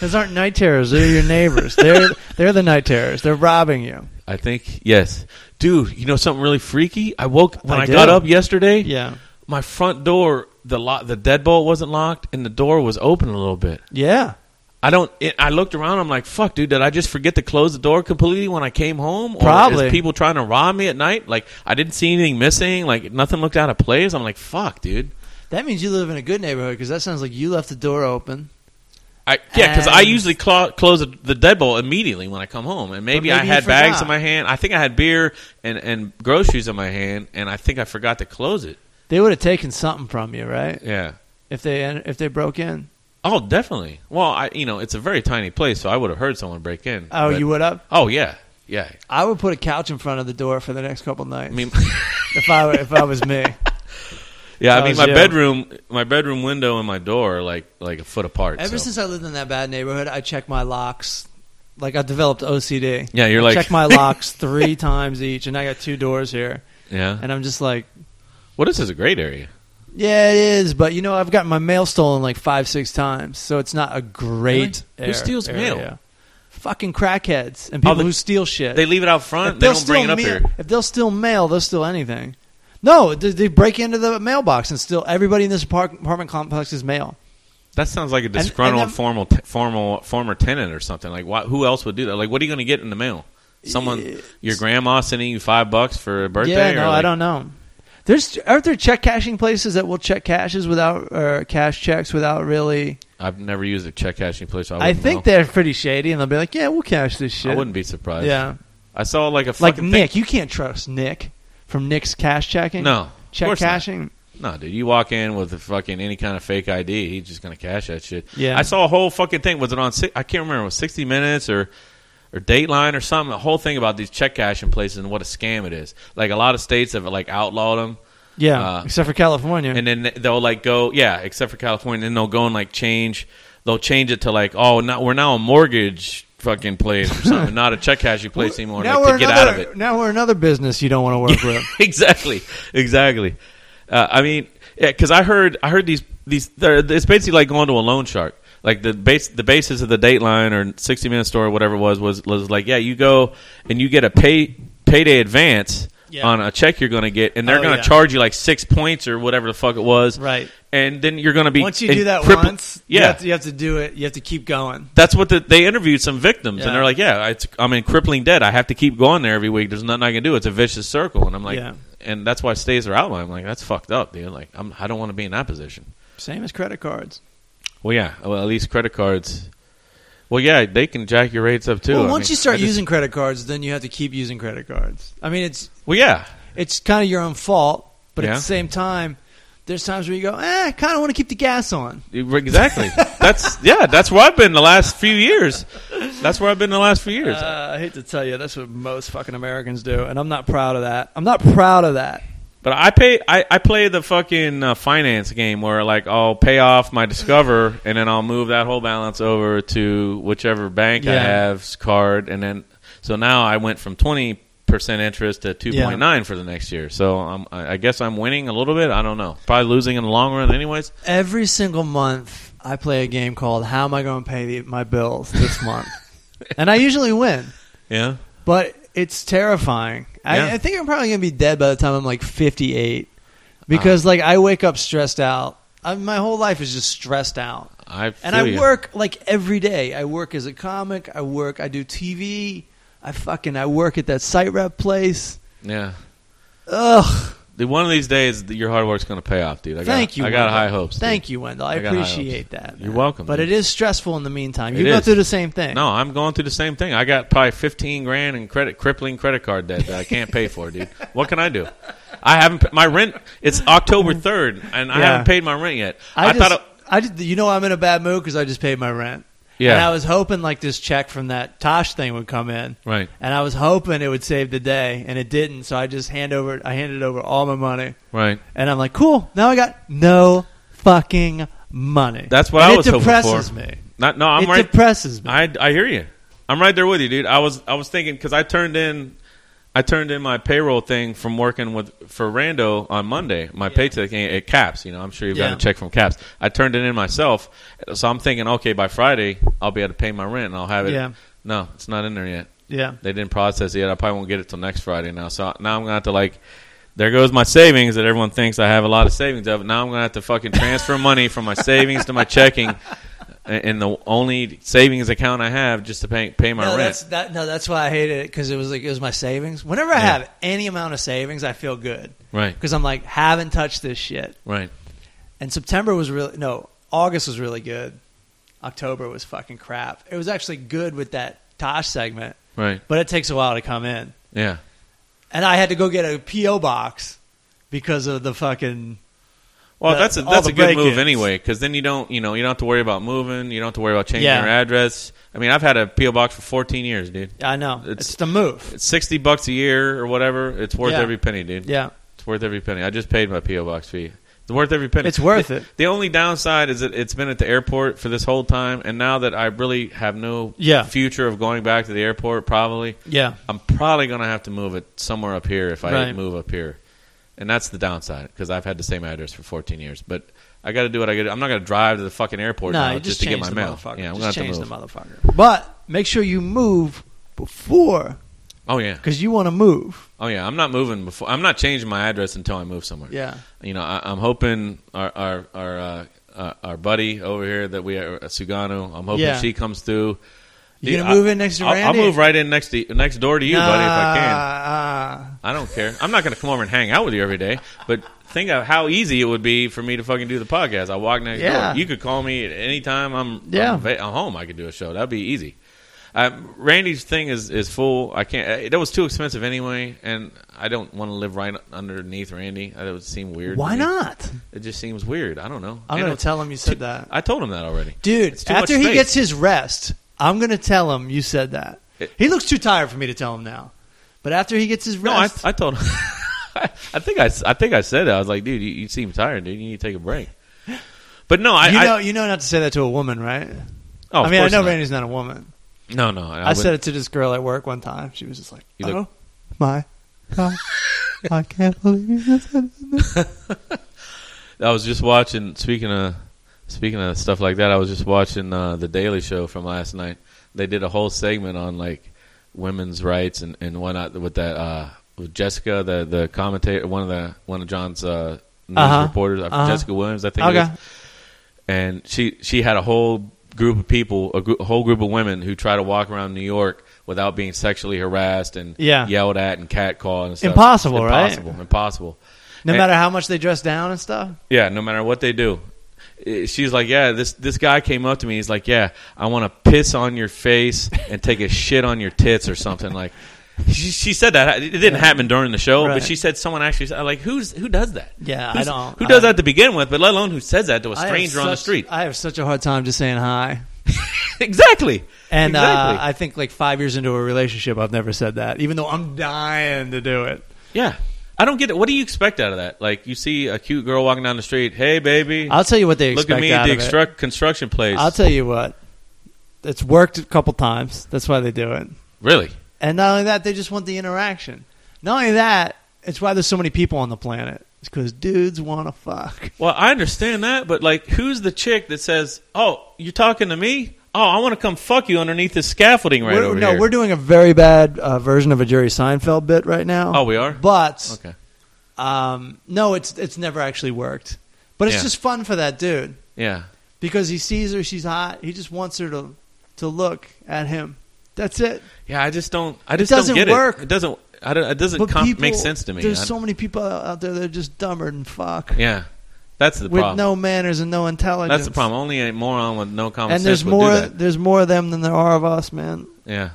S3: Those aren't night terrors. They're your neighbors. They're they're the night terrors. They're robbing you.
S4: I think yes, dude. You know something really freaky? I woke when
S3: I
S4: I,
S3: do.
S4: got up yesterday.
S3: Yeah.
S4: my front door, the lock, the deadbolt wasn't locked, and the door was open a little bit.
S3: Yeah.
S4: I don't. It, I looked around. I'm like, fuck, dude. Did I just forget to close the door completely when I came home? Or
S3: Probably.
S4: Is people trying to rob me at night? Like I didn't see anything missing. Like nothing looked out of place. I'm like, fuck, dude.
S3: That means you live in a good neighborhood because that sounds like you left the door open.
S4: I, yeah, because I
S3: And-
S4: usually clo- close the the deadbolt immediately when I come home, and maybe,
S3: maybe
S4: I
S3: you
S4: had bags
S3: forgot.
S4: in my hand. I think I had beer and, and groceries in my hand, and I think I forgot to close it.
S3: They would have taken something from you, right?
S4: Yeah.
S3: If they if they broke in.
S4: Oh, definitely. Well, I you know it's a very tiny place, so I would have heard someone break in.
S3: Oh,
S4: but-
S3: you would have.
S4: Oh yeah, yeah.
S3: I would put a couch in front of the door for the next couple nights.
S4: I mean,
S3: if I were, if I was me,
S4: yeah. I
S3: That
S4: mean,
S3: was
S4: my
S3: you.
S4: bedroom, my bedroom window and my door are like like a foot apart.
S3: ever
S4: so-
S3: since I lived in that bad neighborhood, I check my locks. Like I developed OCD.
S4: yeah, you're
S3: I
S4: like
S3: check my locks three times each, and I got two doors here,
S4: yeah.
S3: and I'm just like,
S4: Well, this is a great area.
S3: yeah, it is. But you know, I've gotten my mail stolen like five, six times, so it's not a great.
S4: Really? Who
S3: air-
S4: steals
S3: area.
S4: mail?
S3: Fucking crackheads and people
S4: the-
S3: who steal shit.
S4: They leave it out front. They
S3: they'll
S4: don't bring it
S3: steal
S4: up
S3: mail-
S4: here.
S3: If they'll steal mail, they'll steal anything. No, they, they break into the mailbox and steal everybody in this park, apartment complex's mail.
S4: That sounds like a
S3: and
S4: disgruntled
S3: I'm-
S4: formal t- formal former tenant or something. Like, why, who else would do that? Like, what are you going to get in the mail? Someone, your grandma sending you five bucks for a birthday?
S3: yeah,
S4: or
S3: no, I
S4: like-
S3: don't know. There's aren't there check cashing places that will check cashes without or cash checks without really?
S4: I've never used a check cashing place. So I,
S3: I, think
S4: that
S3: they're pretty shady, and they'll be like, "Yeah, we'll cash this shit."
S4: I wouldn't be surprised.
S3: Yeah,
S4: I saw like a
S3: like
S4: fucking thing-
S3: Nick, you can't trust Nick from Nick's cash checking.
S4: No, of
S3: check
S4: course not.
S3: cashing.
S4: No, dude, you walk in with a fucking any kind of fake ID, he's just gonna cash that shit.
S3: Yeah.
S4: I saw a whole fucking thing. Was it on? Si- I can't remember. It was sixty minutes or or Dateline or something. A whole thing about these check cashing places and what a scam it is. Like a lot of states have like outlawed them,
S3: Yeah,
S4: Uh,
S3: except for California.
S4: and then they'll like go yeah, except for California. Then they'll go and like change. They'll change it to like oh, now we're now a mortgage fucking place or something, not a check cashing place anymore.
S3: now
S4: like,
S3: we're
S4: to get
S3: another,
S4: out of it.
S3: Now we're another business you don't want to work with.
S4: exactly, exactly. Uh, I mean, yeah, because I heard, I heard these these. they're- It's basically like going to a loan shark. Like the base, the basis of the Dateline or 60 Minute Store or whatever it was was was like, yeah, you go and you get a pay payday advance
S3: Yeah.
S4: on a check you're going to get, and they're
S3: Oh,
S4: going to
S3: yeah.
S4: charge you like six points or whatever the fuck it was,
S3: Right.
S4: And then you're going to be
S3: Once you do that
S4: crippled-
S3: once,
S4: yeah,
S3: you have, to, you have to do it. You have to keep going.
S4: that's what the, they interviewed some victims,
S3: Yeah.
S4: and they're like, "Yeah, it's, I'm in crippling debt. I have to keep going there every week. There's nothing I can do. It's a vicious circle." And I'm like,
S3: Yeah.
S4: "And that's why stays are outlawed." I'm like, "That's fucked up, dude. Like, I'm, I don't want to be in that position."
S3: Same as credit cards.
S4: Well, yeah. Well, at least credit cards. Well, yeah, they can jack your rates up too.
S3: well,
S4: I
S3: once
S4: mean,
S3: you start
S4: I just-
S3: using credit cards, then you have to keep using credit cards. I mean, it's
S4: well, yeah,
S3: it's kind of your own fault, but
S4: Yeah.
S3: at the same time, there's times where you go, eh, I kind of want to keep the gas on.
S4: exactly. that's yeah, that's where I've been the last few years. That's where I've been the last few years.
S3: Uh, I hate to tell you, that's what most fucking Americans do, and I'm not proud of that. I'm not proud of that.
S4: But I pay. I, I play the fucking uh, finance game where like I'll pay off my Discover and then I'll move that whole balance over to whichever bank I
S3: Yeah.
S4: have's card, and then so now I went from twenty percent interest to two point nine for the next year. So I'm, I I guess I'm winning a little bit. I don't know. Probably losing in the long run, anyways.
S3: Every single month, I play a game called How Am I Going to Pay the, My Bills This Month? and I usually win.
S4: Yeah.
S3: but it's terrifying.
S4: Yeah.
S3: I, I think I'm probably gonna be dead by the time I'm like 58, because like I wake up stressed out. I, my whole life is just stressed out,
S4: I feel
S3: and I
S4: ya.
S3: work like every day. I work as a comic. I work. I do TV. I fucking I work at that site rep place.
S4: Yeah.
S3: Ugh.
S4: Dude, one of these days, th- your hard work's going to pay off, dude. I got,
S3: Thank you.
S4: I got
S3: Wendell.
S4: high hopes. dude.
S3: Thank you, Wendell. I,
S4: I got high
S3: appreciate
S4: hopes.
S3: that.
S4: You're
S3: man.
S4: welcome,
S3: But
S4: dude.
S3: it is stressful in the meantime. You
S4: It
S3: go
S4: is.
S3: through the same thing.
S4: No, I'm going through the same thing. I got probably 15 grand in credit, crippling credit card debt that I can't pay for, dude. What can I do? I haven't pa- my rent. It's October 3rd, and I
S3: Yeah.
S4: haven't paid my rent yet.
S3: I,
S4: I,
S3: just,
S4: thought, it,
S3: I just, you know, I'm in a bad mood because I just paid my rent.
S4: Yeah.
S3: And I was hoping like this check from that Tosh thing would come in.
S4: Right.
S3: And I was hoping it would save the day, and it didn't. So I just hand over. I handed over all my money,
S4: right?
S3: and I'm like, cool. Now I got no fucking money.
S4: That's what
S3: And
S4: I was
S3: It
S4: hoping for.
S3: depresses me.
S4: Not no. I'm
S3: it
S4: right.
S3: depresses me.
S4: I, I hear you. I'm right there with you, dude. I was I was thinking because I turned in I turned in my payroll thing from working with for Rando on Monday. My paycheck at at Caps, you know, I'm sure you've
S3: Yeah.
S4: got a check from Caps. I turned it in myself, so I'm thinking, okay, by Friday I'll be able to pay my rent and I'll have it.
S3: Yeah.
S4: No, it's not in there yet.
S3: yeah.
S4: They didn't process it yet. I probably won't get it till next Friday now. So now I'm gonna have to like. There goes my savings that everyone thinks I have a lot of savings of. Now I'm gonna have to fucking transfer money from my savings to my checking, and and the only savings account I have just to pay pay my
S3: no,
S4: rent.
S3: That's, that, no, that's why I hate it because it was like it was my savings. Whenever I
S4: Yeah.
S3: have any amount of savings, I feel good
S4: Right,
S3: because I'm like haven't touched this shit.
S4: right.
S3: And September was really no, August was really good. October was fucking crap. It was actually good with that Tosh segment,
S4: Right.
S3: but it takes a while to come in.
S4: Yeah.
S3: And I had to go get a PO box because of the fucking
S4: Well,
S3: The-
S4: that's a,
S3: all
S4: that's
S3: the
S4: a good move
S3: break-ins.
S4: anyway, because then you don't you know you don't have to worry about moving. You don't have to worry about changing
S3: Yeah.
S4: your address. I mean, I've had a PO box for 14 years, dude.
S3: I know it's,
S4: It's-
S3: the move.
S4: It's 60 bucks a year or whatever. It's worth
S3: Yeah.
S4: every penny, dude.
S3: Yeah,
S4: It's worth every penny. I just paid my PO box fee. It's worth every penny.
S3: It's worth
S4: The-
S3: it.
S4: The only downside is that it's been at the airport for this whole time, and now that I really have no
S3: Yeah.
S4: future of going back to the airport, probably
S3: yeah,
S4: I'm probably gonna have to move it somewhere up here if I
S3: Right.
S4: move up here, and that's the downside because I've had the same address for 14 years. But I got to do what I got. I'm not gonna drive to the fucking airport
S3: no,
S4: now
S3: you
S4: just,
S3: just,
S4: to get
S3: change
S4: my
S3: the
S4: mail.
S3: motherfucker.
S4: Yeah, I'm gonna
S3: just
S4: have to
S3: change
S4: move.
S3: the motherfucker. But make sure you move before
S4: oh yeah,
S3: because you want to move.
S4: oh yeah. I'm not moving before. I'm not changing my address until I move somewhere.
S3: Yeah.
S4: you know, I, I'm hoping our our our, uh, uh, our buddy over here that we are uh, Sugano. I'm hoping
S3: Yeah.
S4: she comes through.
S3: You
S4: Dude,
S3: gonna move in next to
S4: I'll,
S3: Randy?
S4: I'll move right in next to next door to you, buddy, if I can.
S3: Nah, uh,
S4: I don't care. I'm not going to come over and hang out with you every day. But think of how easy it would be for me to fucking do the podcast. I walk next
S3: Yeah.
S4: door. You could call me at any time. I'm
S3: Yeah.
S4: I'm, va- I'm home. I could do a show. That'd be easy. Um, Randy's thing is is full. I can't. uh, That was too expensive anyway, and I don't want to live right underneath Randy. That would seem weird. to
S3: Why
S4: me.
S3: not?
S4: It just seems weird. I don't know.
S3: I'm
S4: And
S3: gonna
S4: it's
S3: tell him you
S4: too-
S3: said that,
S4: I told him that already,
S3: dude.
S4: It's too much
S3: After he
S4: space.
S3: gets his rest, I'm gonna tell him you said that.
S4: It-
S3: he looks too tired for me to tell him now. But after he gets his
S4: No, I,
S3: rest,
S4: I told him. I, I think I, s- I think I said that. I was like, dude, you, you seem tired, dude. You need to take a break. But no, I
S3: you know,
S4: I,
S3: you know not to say that to a woman, right?
S4: oh,
S3: I
S4: of
S3: mean, I
S4: course
S3: know
S4: not.
S3: Randy's not a woman.
S4: No, no. I,
S3: I,
S4: wouldn't-
S3: said it to this girl at work one time. She was just like,
S4: You
S3: "Oh
S4: look-
S3: my god, I can't believe you just said that."
S4: I was just watching. Speaking of speaking of stuff like that, I was just watching uh, the Daily Show from last night. They did a whole segment on like women's rights and and whatnot with that uh, with Jessica, the the commentator, one of the one of John's uh, news
S3: Uh-huh.
S4: reporters, uh,
S3: Uh-huh.
S4: Jessica Williams, I think. It
S3: Okay,
S4: is. and she she had a whole group of people, a, gr- a whole group of women who try to walk around New York without being sexually harassed and
S3: Yeah.
S4: yelled at and catcalled and stuff.
S3: Impossible, right?
S4: Impossible, impossible.
S3: no
S4: And-
S3: matter how much they dress down and stuff.
S4: yeah, no matter what they do. Eh, She's like, yeah, this this guy came up to me. He's like, yeah, I want to piss on your face and take a shit on your tits or something. Like, she, she said that it didn't happen during the show,
S3: Right.
S4: but she said someone actually said, like, who's who does that?
S3: Yeah, I
S4: Who's-
S3: don't-
S4: Who does
S3: I-
S4: that to begin with? But let alone who says that to a
S3: I have
S4: stranger on the
S3: such-
S4: street?
S3: I have such a hard time just saying hi.
S4: exactly.
S3: And
S4: exactly.
S3: uh, I think like five years into a relationship, I've never said that, even though I'm dying to do it.
S4: yeah, I don't get it. What do you expect out of that? Like, you see a cute girl walking down the street, hey baby,
S3: I'll tell you what they
S4: look
S3: expect
S4: at me at
S3: out
S4: the
S3: of it.
S4: extru- construction place.
S3: I'll tell you what, it's worked a couple times. That's why they do it.
S4: really?
S3: And not only that, they just want the interaction. Not only that, it's why there's so many people on the planet. It's because dudes want to fuck.
S4: Well, I understand that, but like, who's the chick that says, "Oh, you're talking to me? Oh, I want to come fuck you underneath this scaffolding right
S3: We're-
S4: over
S3: no,
S4: here."
S3: we're doing a very bad uh, version of a Jerry Seinfeld bit right now.
S4: Oh, we are?
S3: But
S4: okay.
S3: um, no, it's it's never actually worked. But it's
S4: Yeah.
S3: just fun for that dude.
S4: Yeah,
S3: because he sees her, she's hot. He just wants her to to look at him. That's it.
S4: Yeah, I just don't. I just
S3: doesn't
S4: don't get
S3: work.
S4: it. It doesn't. I don't, it doesn't
S3: But
S4: comp-
S3: people,
S4: make sense to me.
S3: There's
S4: I-
S3: so many people out there that are just dumber than fuck.
S4: yeah, that's the
S3: with
S4: problem.
S3: no manners and no intelligence.
S4: that's the problem. Only a moron with no common
S3: And
S4: sense
S3: there's
S4: would
S3: more.
S4: do that.
S3: There's more of them than there are of us, man.
S4: Yeah,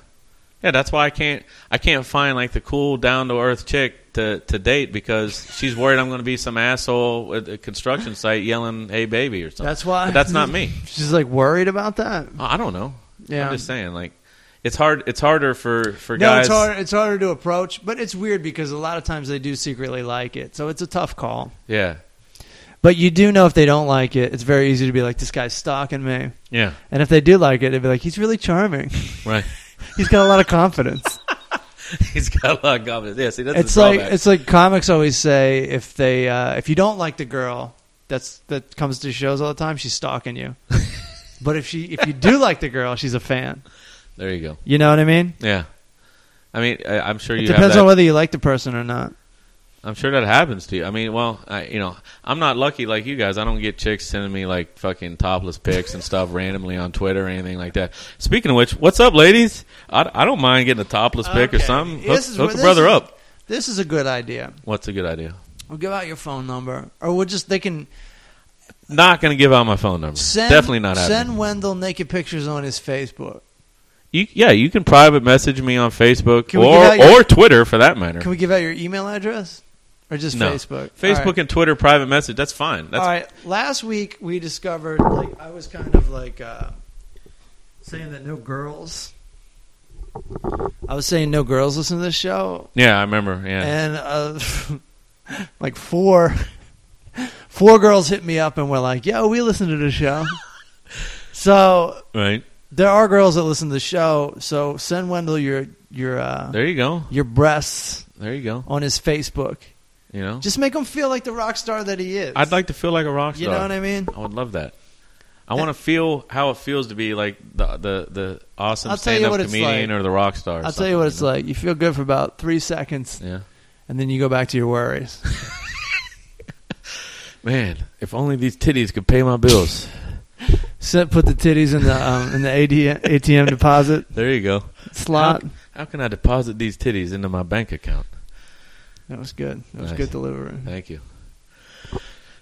S4: yeah. That's why I can't. I can't find like the cool, down to earth chick to to date because she's worried I'm going to be some asshole at a construction site yelling "Hey, baby" or something.
S3: That's why.
S4: But that's not me.
S3: She's like worried about that.
S4: I I don't know.
S3: Yeah.
S4: I'm just saying. Like, it's hard. It's harder for for
S3: No,
S4: guys.
S3: it's harder. It's harder to approach, but it's weird because a lot of times they do secretly like it, so it's a tough call.
S4: Yeah,
S3: But you do know if they don't like it, it's very easy to be like, "This guy's stalking me,"
S4: yeah.
S3: and if they do like it, they'd be like, "He's really charming.
S4: Right.
S3: He's got a lot of confidence."
S4: He's got a lot of confidence. Yeah, see, that's
S3: it's
S4: the
S3: like
S4: drawback.
S3: it's like comics always say if they uh, if you don't like the girl that's that comes to shows all the time, she's stalking you. but if she if you do like the girl, she's a fan.
S4: there you go.
S3: You know what I mean?
S4: Yeah. I mean, I, I'm sure
S3: It
S4: you. have
S3: depends
S4: that.
S3: on whether you like the person or not.
S4: I'm sure that happens to you. I mean, well, I, you know, I'm not lucky like you guys. I don't get chicks sending me like fucking topless pics and stuff randomly on Twitter or anything like that. Speaking of which, what's up, ladies? I, I don't mind getting a topless pic or
S3: Okay.
S4: something. Hook,
S3: This is
S4: hook
S3: where-
S4: a brother
S3: this is-
S4: up.
S3: This is a good idea.
S4: What's a good idea?
S3: We'll give out your phone number, or we'll just they can
S4: Not going to give out my phone number.
S3: send
S4: Definitely not
S3: send
S4: happening.
S3: Wendell naked pictures on his Facebook.
S4: You, yeah, you can private message me on Facebook
S3: Can we give
S4: or
S3: out your-
S4: or Twitter for that matter.
S3: Can we give out your email address or just
S4: no.
S3: Facebook?
S4: Facebook
S3: All right.
S4: and Twitter private message. That's fine. That's
S3: All right. Last week we discovered like I was kind of like uh, saying that no girls. I was saying no girls listen to this show,
S4: yeah, I remember. Yeah.
S3: and uh, like four, four girls hit me up and were like, "Yo, we listen to the show." so
S4: right.
S3: there are girls that listen to the show. So send Wendell your your uh,
S4: There you go.
S3: your breasts
S4: There you go.
S3: on his Facebook.
S4: You know.
S3: Just make him feel like the rock star that he is.
S4: I'd like to feel like a rock star.
S3: you know what I mean.
S4: I would love that. I want to feel how it feels to be like the the, the awesome
S3: I'll tell you
S4: stand up
S3: what it's
S4: comedian
S3: like.
S4: or the rock star. or
S3: I'll tell you what it's
S4: something,
S3: like. You feel good for about three seconds,
S4: you know?
S3: and then you go back to your worries.
S4: Yeah, man. If only these titties could pay my bills.
S3: Sit, put the titties in the um, in the AD, ATM deposit
S4: there you go.
S3: slot.
S4: How can I deposit these titties into my bank account?
S3: That was good. That was
S4: Nice.
S3: good delivery.
S4: Thank you.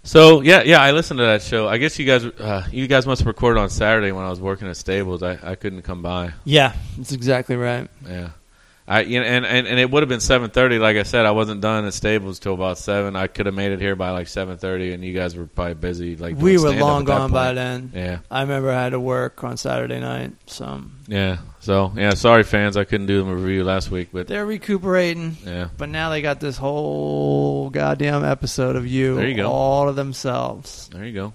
S4: So yeah, yeah, I listened to that show. I guess you guys, uh, you guys must have recorded on Saturday when I was working at Stables. I, I couldn't come by.
S3: Yeah, that's exactly right.
S4: Yeah. I you know, and, and and it would have been seven thirty. Like I said, I wasn't done at Stables till about seven. I could have made it here by like seven thirty, and you guys were probably busy. Like doing
S3: we were
S4: stand-up
S3: long
S4: at that
S3: gone by
S4: point.
S3: then.
S4: Yeah,
S3: I remember I had to work on Saturday night, so
S4: yeah. So yeah, sorry fans, I couldn't do the review last week, but
S3: they're recuperating.
S4: yeah,
S3: But now they got this whole goddamn episode of you,
S4: There you go.
S3: all to themselves.
S4: there you go.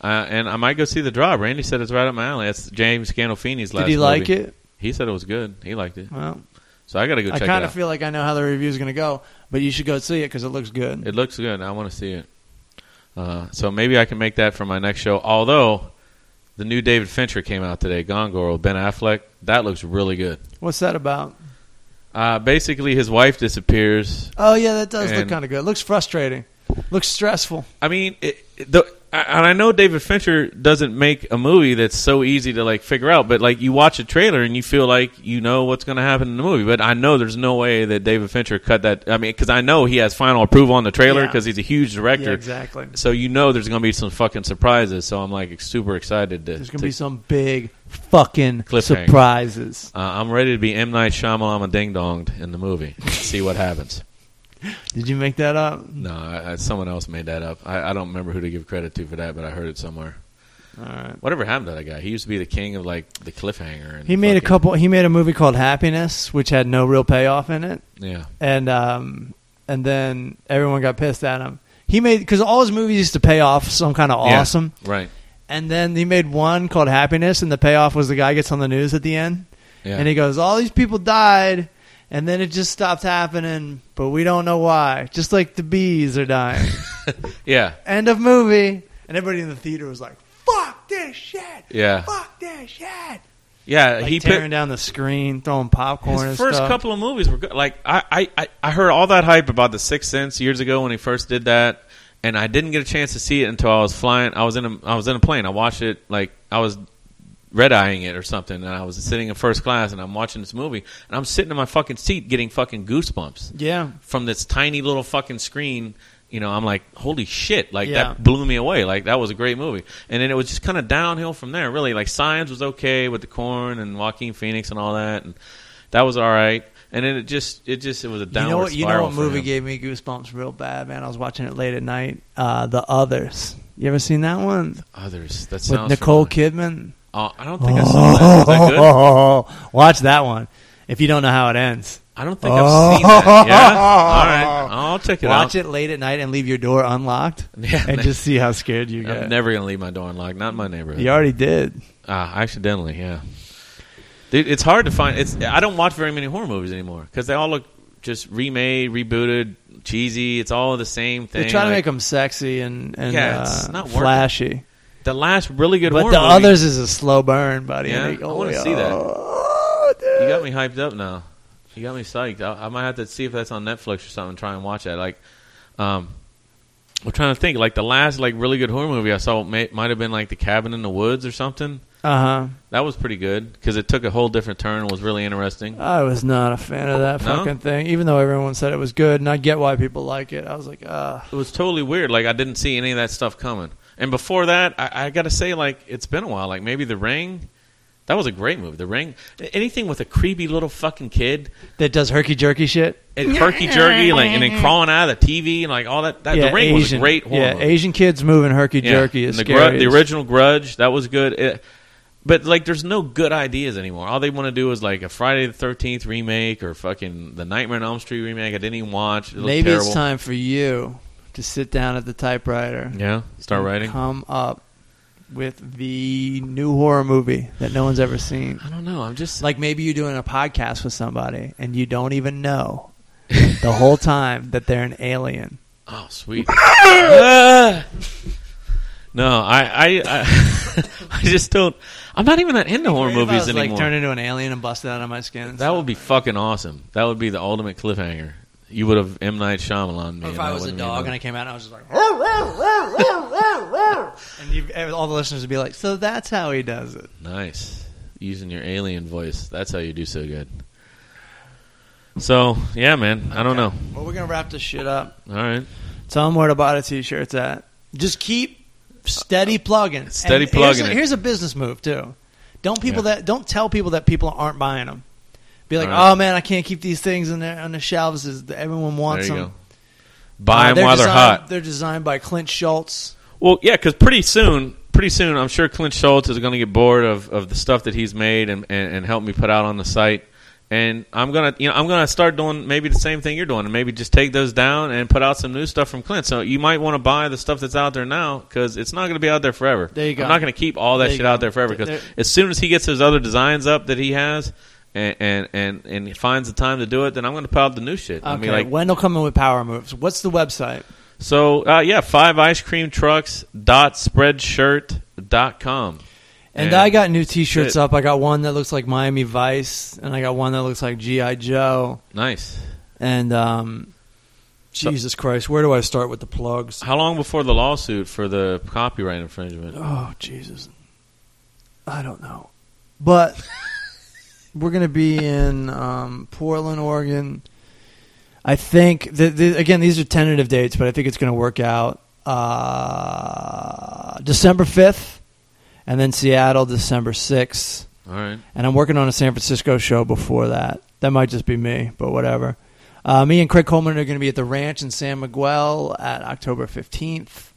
S4: Uh, and I might go see the drop. Randy said it's right up my alley. That's James Gandolfini's last.
S3: Did he like it?
S4: He said it was good. He liked it.
S3: Well,
S4: So I got to go
S3: I
S4: check it
S3: kind
S4: out.
S3: of feel like I know how the review's going to go, but you should go see it because it looks good.
S4: It looks good. I want to see it. Uh, so maybe I can make that for my next show. Although the new David Fincher came out today, Gone Girl, Ben Affleck. That looks really good.
S3: What's that about?
S4: Uh, basically, his wife disappears.
S3: Oh yeah, that does look
S4: And-
S3: kind of good. It looks frustrating. Looks stressful.
S4: I mean, it, it- the, I- and I know David Fincher doesn't make a movie that's so easy to like figure out, but like you watch a trailer and you feel like you know what's going to happen in the movie. But I know there's no way that David Fincher cut that. I mean, because I know he has final approval on the trailer
S3: Yeah.
S4: because he's a huge director.
S3: exactly.
S4: so you know there's going to be some fucking surprises. So I'm like super excited to.
S3: There's
S4: to-
S3: gonna be some big fucking
S4: Cliffhanger.
S3: surprises.
S4: uh, I'm ready to be M Night Shyamalan ding donged in the movie. See what happens.
S3: Did you make that up?
S4: No, I, I, someone else made that up. I, I don't remember who to give credit to for that, but I heard it somewhere.
S3: All right.
S4: Whatever happened to that guy? He used to be the king of like the cliffhanger. And
S3: He made a
S4: fucking-
S3: couple. He made a movie called Happiness, which had no real payoff in it,
S4: Yeah,
S3: and um, and then everyone got pissed at him. He made because all his movies used to pay off some kind of
S4: Yeah,
S3: awesome,
S4: right?
S3: and then he made one called Happiness, and the payoff was the guy gets on the news at the end,
S4: Yeah,
S3: And he goes, All these people died, and then it just stopped happening, but we don't know why. Just like the bees are dying.
S4: yeah,
S3: End of movie. And everybody in the theater was like, Fuck this shit.
S4: yeah,
S3: Fuck this shit.
S4: yeah.
S3: Like
S4: he
S3: tearing
S4: put,
S3: down the screen, throwing popcorn
S4: his
S3: and
S4: first
S3: stuff.
S4: couple of movies were good. Like I, I, I, I heard all that hype about the Sixth Sense years ago when he first did that, and I didn't get a chance to see it until I was flying. I was in a, I was in a plane. I watched it like I was red eyeing it or something, and I was sitting in first class, and I'm watching this movie, and I'm sitting in my fucking seat getting fucking goosebumps
S3: Yeah.
S4: from this tiny little fucking screen. You know, I'm like, holy shit! Like
S3: Yeah.
S4: that blew me away. Like that was a great movie, and then it was just kind of downhill from there. Really, like Science was okay with the corn and Joaquin Phoenix and all that, and that was all right. And then it just, it just, it was a
S3: You know
S4: downward
S3: what? You know
S4: spiral
S3: what
S4: for
S3: movie
S4: him.
S3: gave me goosebumps real bad, man. I was watching it late at night. Uh, the Others. You ever seen that one
S4: Others that
S3: with
S4: sounds
S3: Nicole
S4: familiar.
S3: Kidman?
S4: Oh, I don't think I saw that. Is that good?
S3: Watch that one. If you don't know how it ends,
S4: I don't think I've seen that. Yeah. All right. I'll check it
S3: watch
S4: out.
S3: it late at night and leave your door unlocked,
S4: Yeah,
S3: and
S4: man.
S3: just see how scared you
S4: I'm
S3: get.
S4: never gonna leave my door unlocked. Not in my neighborhood.
S3: you already did.
S4: Ah, accidentally. Yeah. Dude, it's hard to find. It's I don't watch very many horror movies anymore because they all look just remade, rebooted, cheesy. It's all the same thing.
S3: They're trying to
S4: Like,
S3: make them sexy and and
S4: Yeah,
S3: uh,
S4: it's not working.
S3: flashy.
S4: the last really good
S3: But
S4: horror
S3: the
S4: movie-
S3: others is a slow burn, buddy.
S4: Yeah,
S3: And they-
S4: I
S3: oh,
S4: wanna
S3: yeah.
S4: see that.
S3: Oh, dude.
S4: You got me hyped up now. You got me psyched. I, I might have to see if that's on Netflix or something. Try and watch that. Like, um, I'm trying to think. Like the last like really good horror movie I saw may, might have been like The Cabin in the Woods or something.
S3: Uh huh.
S4: That was pretty good because it took a whole different turn. and Was really interesting.
S3: I was not a fan of that
S4: No?
S3: fucking thing, even though everyone said it was good, and I get why people like it. I was like, uh,
S4: It was totally weird. Like I didn't see any of that stuff coming. And before that, I, I got to say, like it's been a while. Like maybe The Ring. That was a great movie. The Ring. Anything with a creepy little fucking kid
S3: that does herky jerky shit.
S4: and herky jerky, like and then crawling out of the TV and like all that. that the Ring
S3: Asian,
S4: was a great horror.
S3: Yeah,
S4: movie.
S3: Asian kids moving herky
S4: Yeah,
S3: jerky is
S4: and the,
S3: scary.
S4: Grudge- the
S3: as-
S4: original Grudge that was good, It- but like there's no good ideas anymore. All they want to do is like a Friday the Thirteenth remake or fucking the Nightmare on Elm Street remake. I didn't even watch. It looked
S3: Maybe
S4: terrible.
S3: it's time for you to sit down at the typewriter.
S4: Yeah, Mm. start
S3: and
S4: writing.
S3: Come up with the new horror movie that no one's ever seen.
S4: I don't know. I'm just like
S3: Like maybe you're doing a podcast with somebody and you don't even know the whole time that they're an alien.
S4: oh sweet. Ah! no, I I I, I just don't. I'm not even that into
S3: What
S4: horror
S3: if I
S4: movies
S3: was,
S4: anymore.
S3: Like turn into an alien and bust out of my skin. and
S4: that
S3: stuff?
S4: would be fucking awesome. That would be the ultimate cliffhanger. You would have M Night Shyamalan me.
S3: Or if
S4: and
S3: I
S4: that
S3: was a
S4: wouldn't be
S3: dog
S4: enough.
S3: and I came out and I was just like, and you, all the listeners would be like, so that's how he does it.
S4: Nice. Using your alien voice. That's how you do so good. So, yeah, man. I don't know.
S3: Well, we're gonna wrap this shit up.
S4: All right.
S3: Tell them where to buy the t-shirts at. Just keep steady plugging.
S4: Steady
S3: And
S4: plugging
S3: Here's a,
S4: it.
S3: here's a business move too. Don't people
S4: Yeah.
S3: that don't tell people that people aren't buying them. Be like,
S4: All right.
S3: oh man, I can't keep these things in there on the shelves. Is everyone wants
S4: there you
S3: them?
S4: go. Buy
S3: Uh,
S4: them while they're
S3: designed-
S4: hot.
S3: They're designed by Clint Schultz.
S4: Well, yeah, because pretty soon, pretty soon, I'm sure Clint Schultz is going to get bored of, of the stuff that he's made and, and, and help me put out on the site. And I'm gonna, you know, I'm gonna start doing maybe the same thing you're doing, and maybe just take those down and put out some new stuff from Clint. So you might want to buy the stuff that's out there now because it's not gonna be out there forever.
S3: There you go.
S4: I'm not gonna keep all that
S3: There you
S4: shit
S3: go.
S4: out there forever
S3: There-
S4: because as soon as he gets his other designs up that he has and and and, and he finds the time to do it, then I'm gonna put out the new shit. I
S3: Okay,
S4: mean, like
S3: Wendell coming with power moves. What's the website?
S4: so uh, yeah, five ice cream trucks dot spreadshirt dot com.
S3: And,
S4: And
S3: I got new T-shirts
S4: shit.
S3: up. I got one that looks like Miami Vice, and I got one that looks like GI Joe.
S4: Nice.
S3: And um, Jesus Christ, where do I start with the plugs?
S4: How long before the lawsuit for the copyright infringement?
S3: Oh Jesus, I don't know. But we're gonna be in um, Portland, Oregon. I think the, the, again these are tentative dates, but I think it's gonna work out. Uh, December fifth, and then Seattle, December sixth.
S4: All right.
S3: and I'm working on a San Francisco show before that. That might just be me, but whatever. Uh, me and Craig Coleman are going to be at the Ranch in San Miguel at October 15th,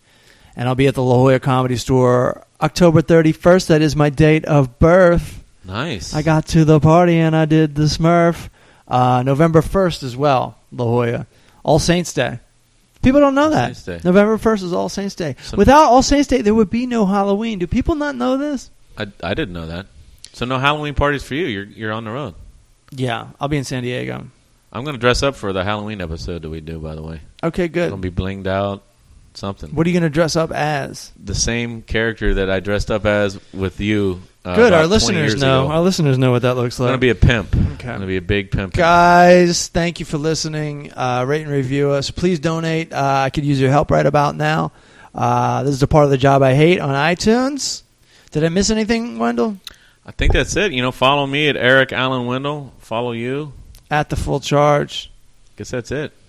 S3: and I'll be at the La Jolla Comedy Store October 31st. That is my date of birth.
S4: Nice.
S3: I got to the party and I did the Smurf. Uh, November 1st as well, La Jolla. All Saints Day. People don't know that.
S4: Saints Day.
S3: November 1st is All Saints Day.
S4: So-
S3: Without All Saints Day, there would be no Halloween. Do people not know this?
S4: I, I didn't know that. So no Halloween parties for you. You're you're on the road.
S3: Yeah, I'll be in San Diego.
S4: I'm gonna dress up for the Halloween episode that we do. By the way,
S3: Okay,
S4: I'm
S3: good.
S4: gonna be blinged out. Something.
S3: What are you going to dress up as?
S4: The same character that I dressed up as with you. Uh,
S3: Good.
S4: about
S3: Our
S4: 20
S3: listeners
S4: years
S3: know.
S4: ago.
S3: Our listeners know what that looks
S4: I'm
S3: like.
S4: gonna be a pimp. I'm
S3: Okay.
S4: gonna be a big pimp.
S3: Guys, thank you for listening. Uh, rate and review us. Please donate. Uh, I could use your help right about now. Uh, this is the part of the job I hate on iTunes. Did I miss anything, Wendell?
S4: I think that's it. You know, follow me at Eric Allen Wendell. Follow you.
S3: At the full charge.
S4: Guess that's it.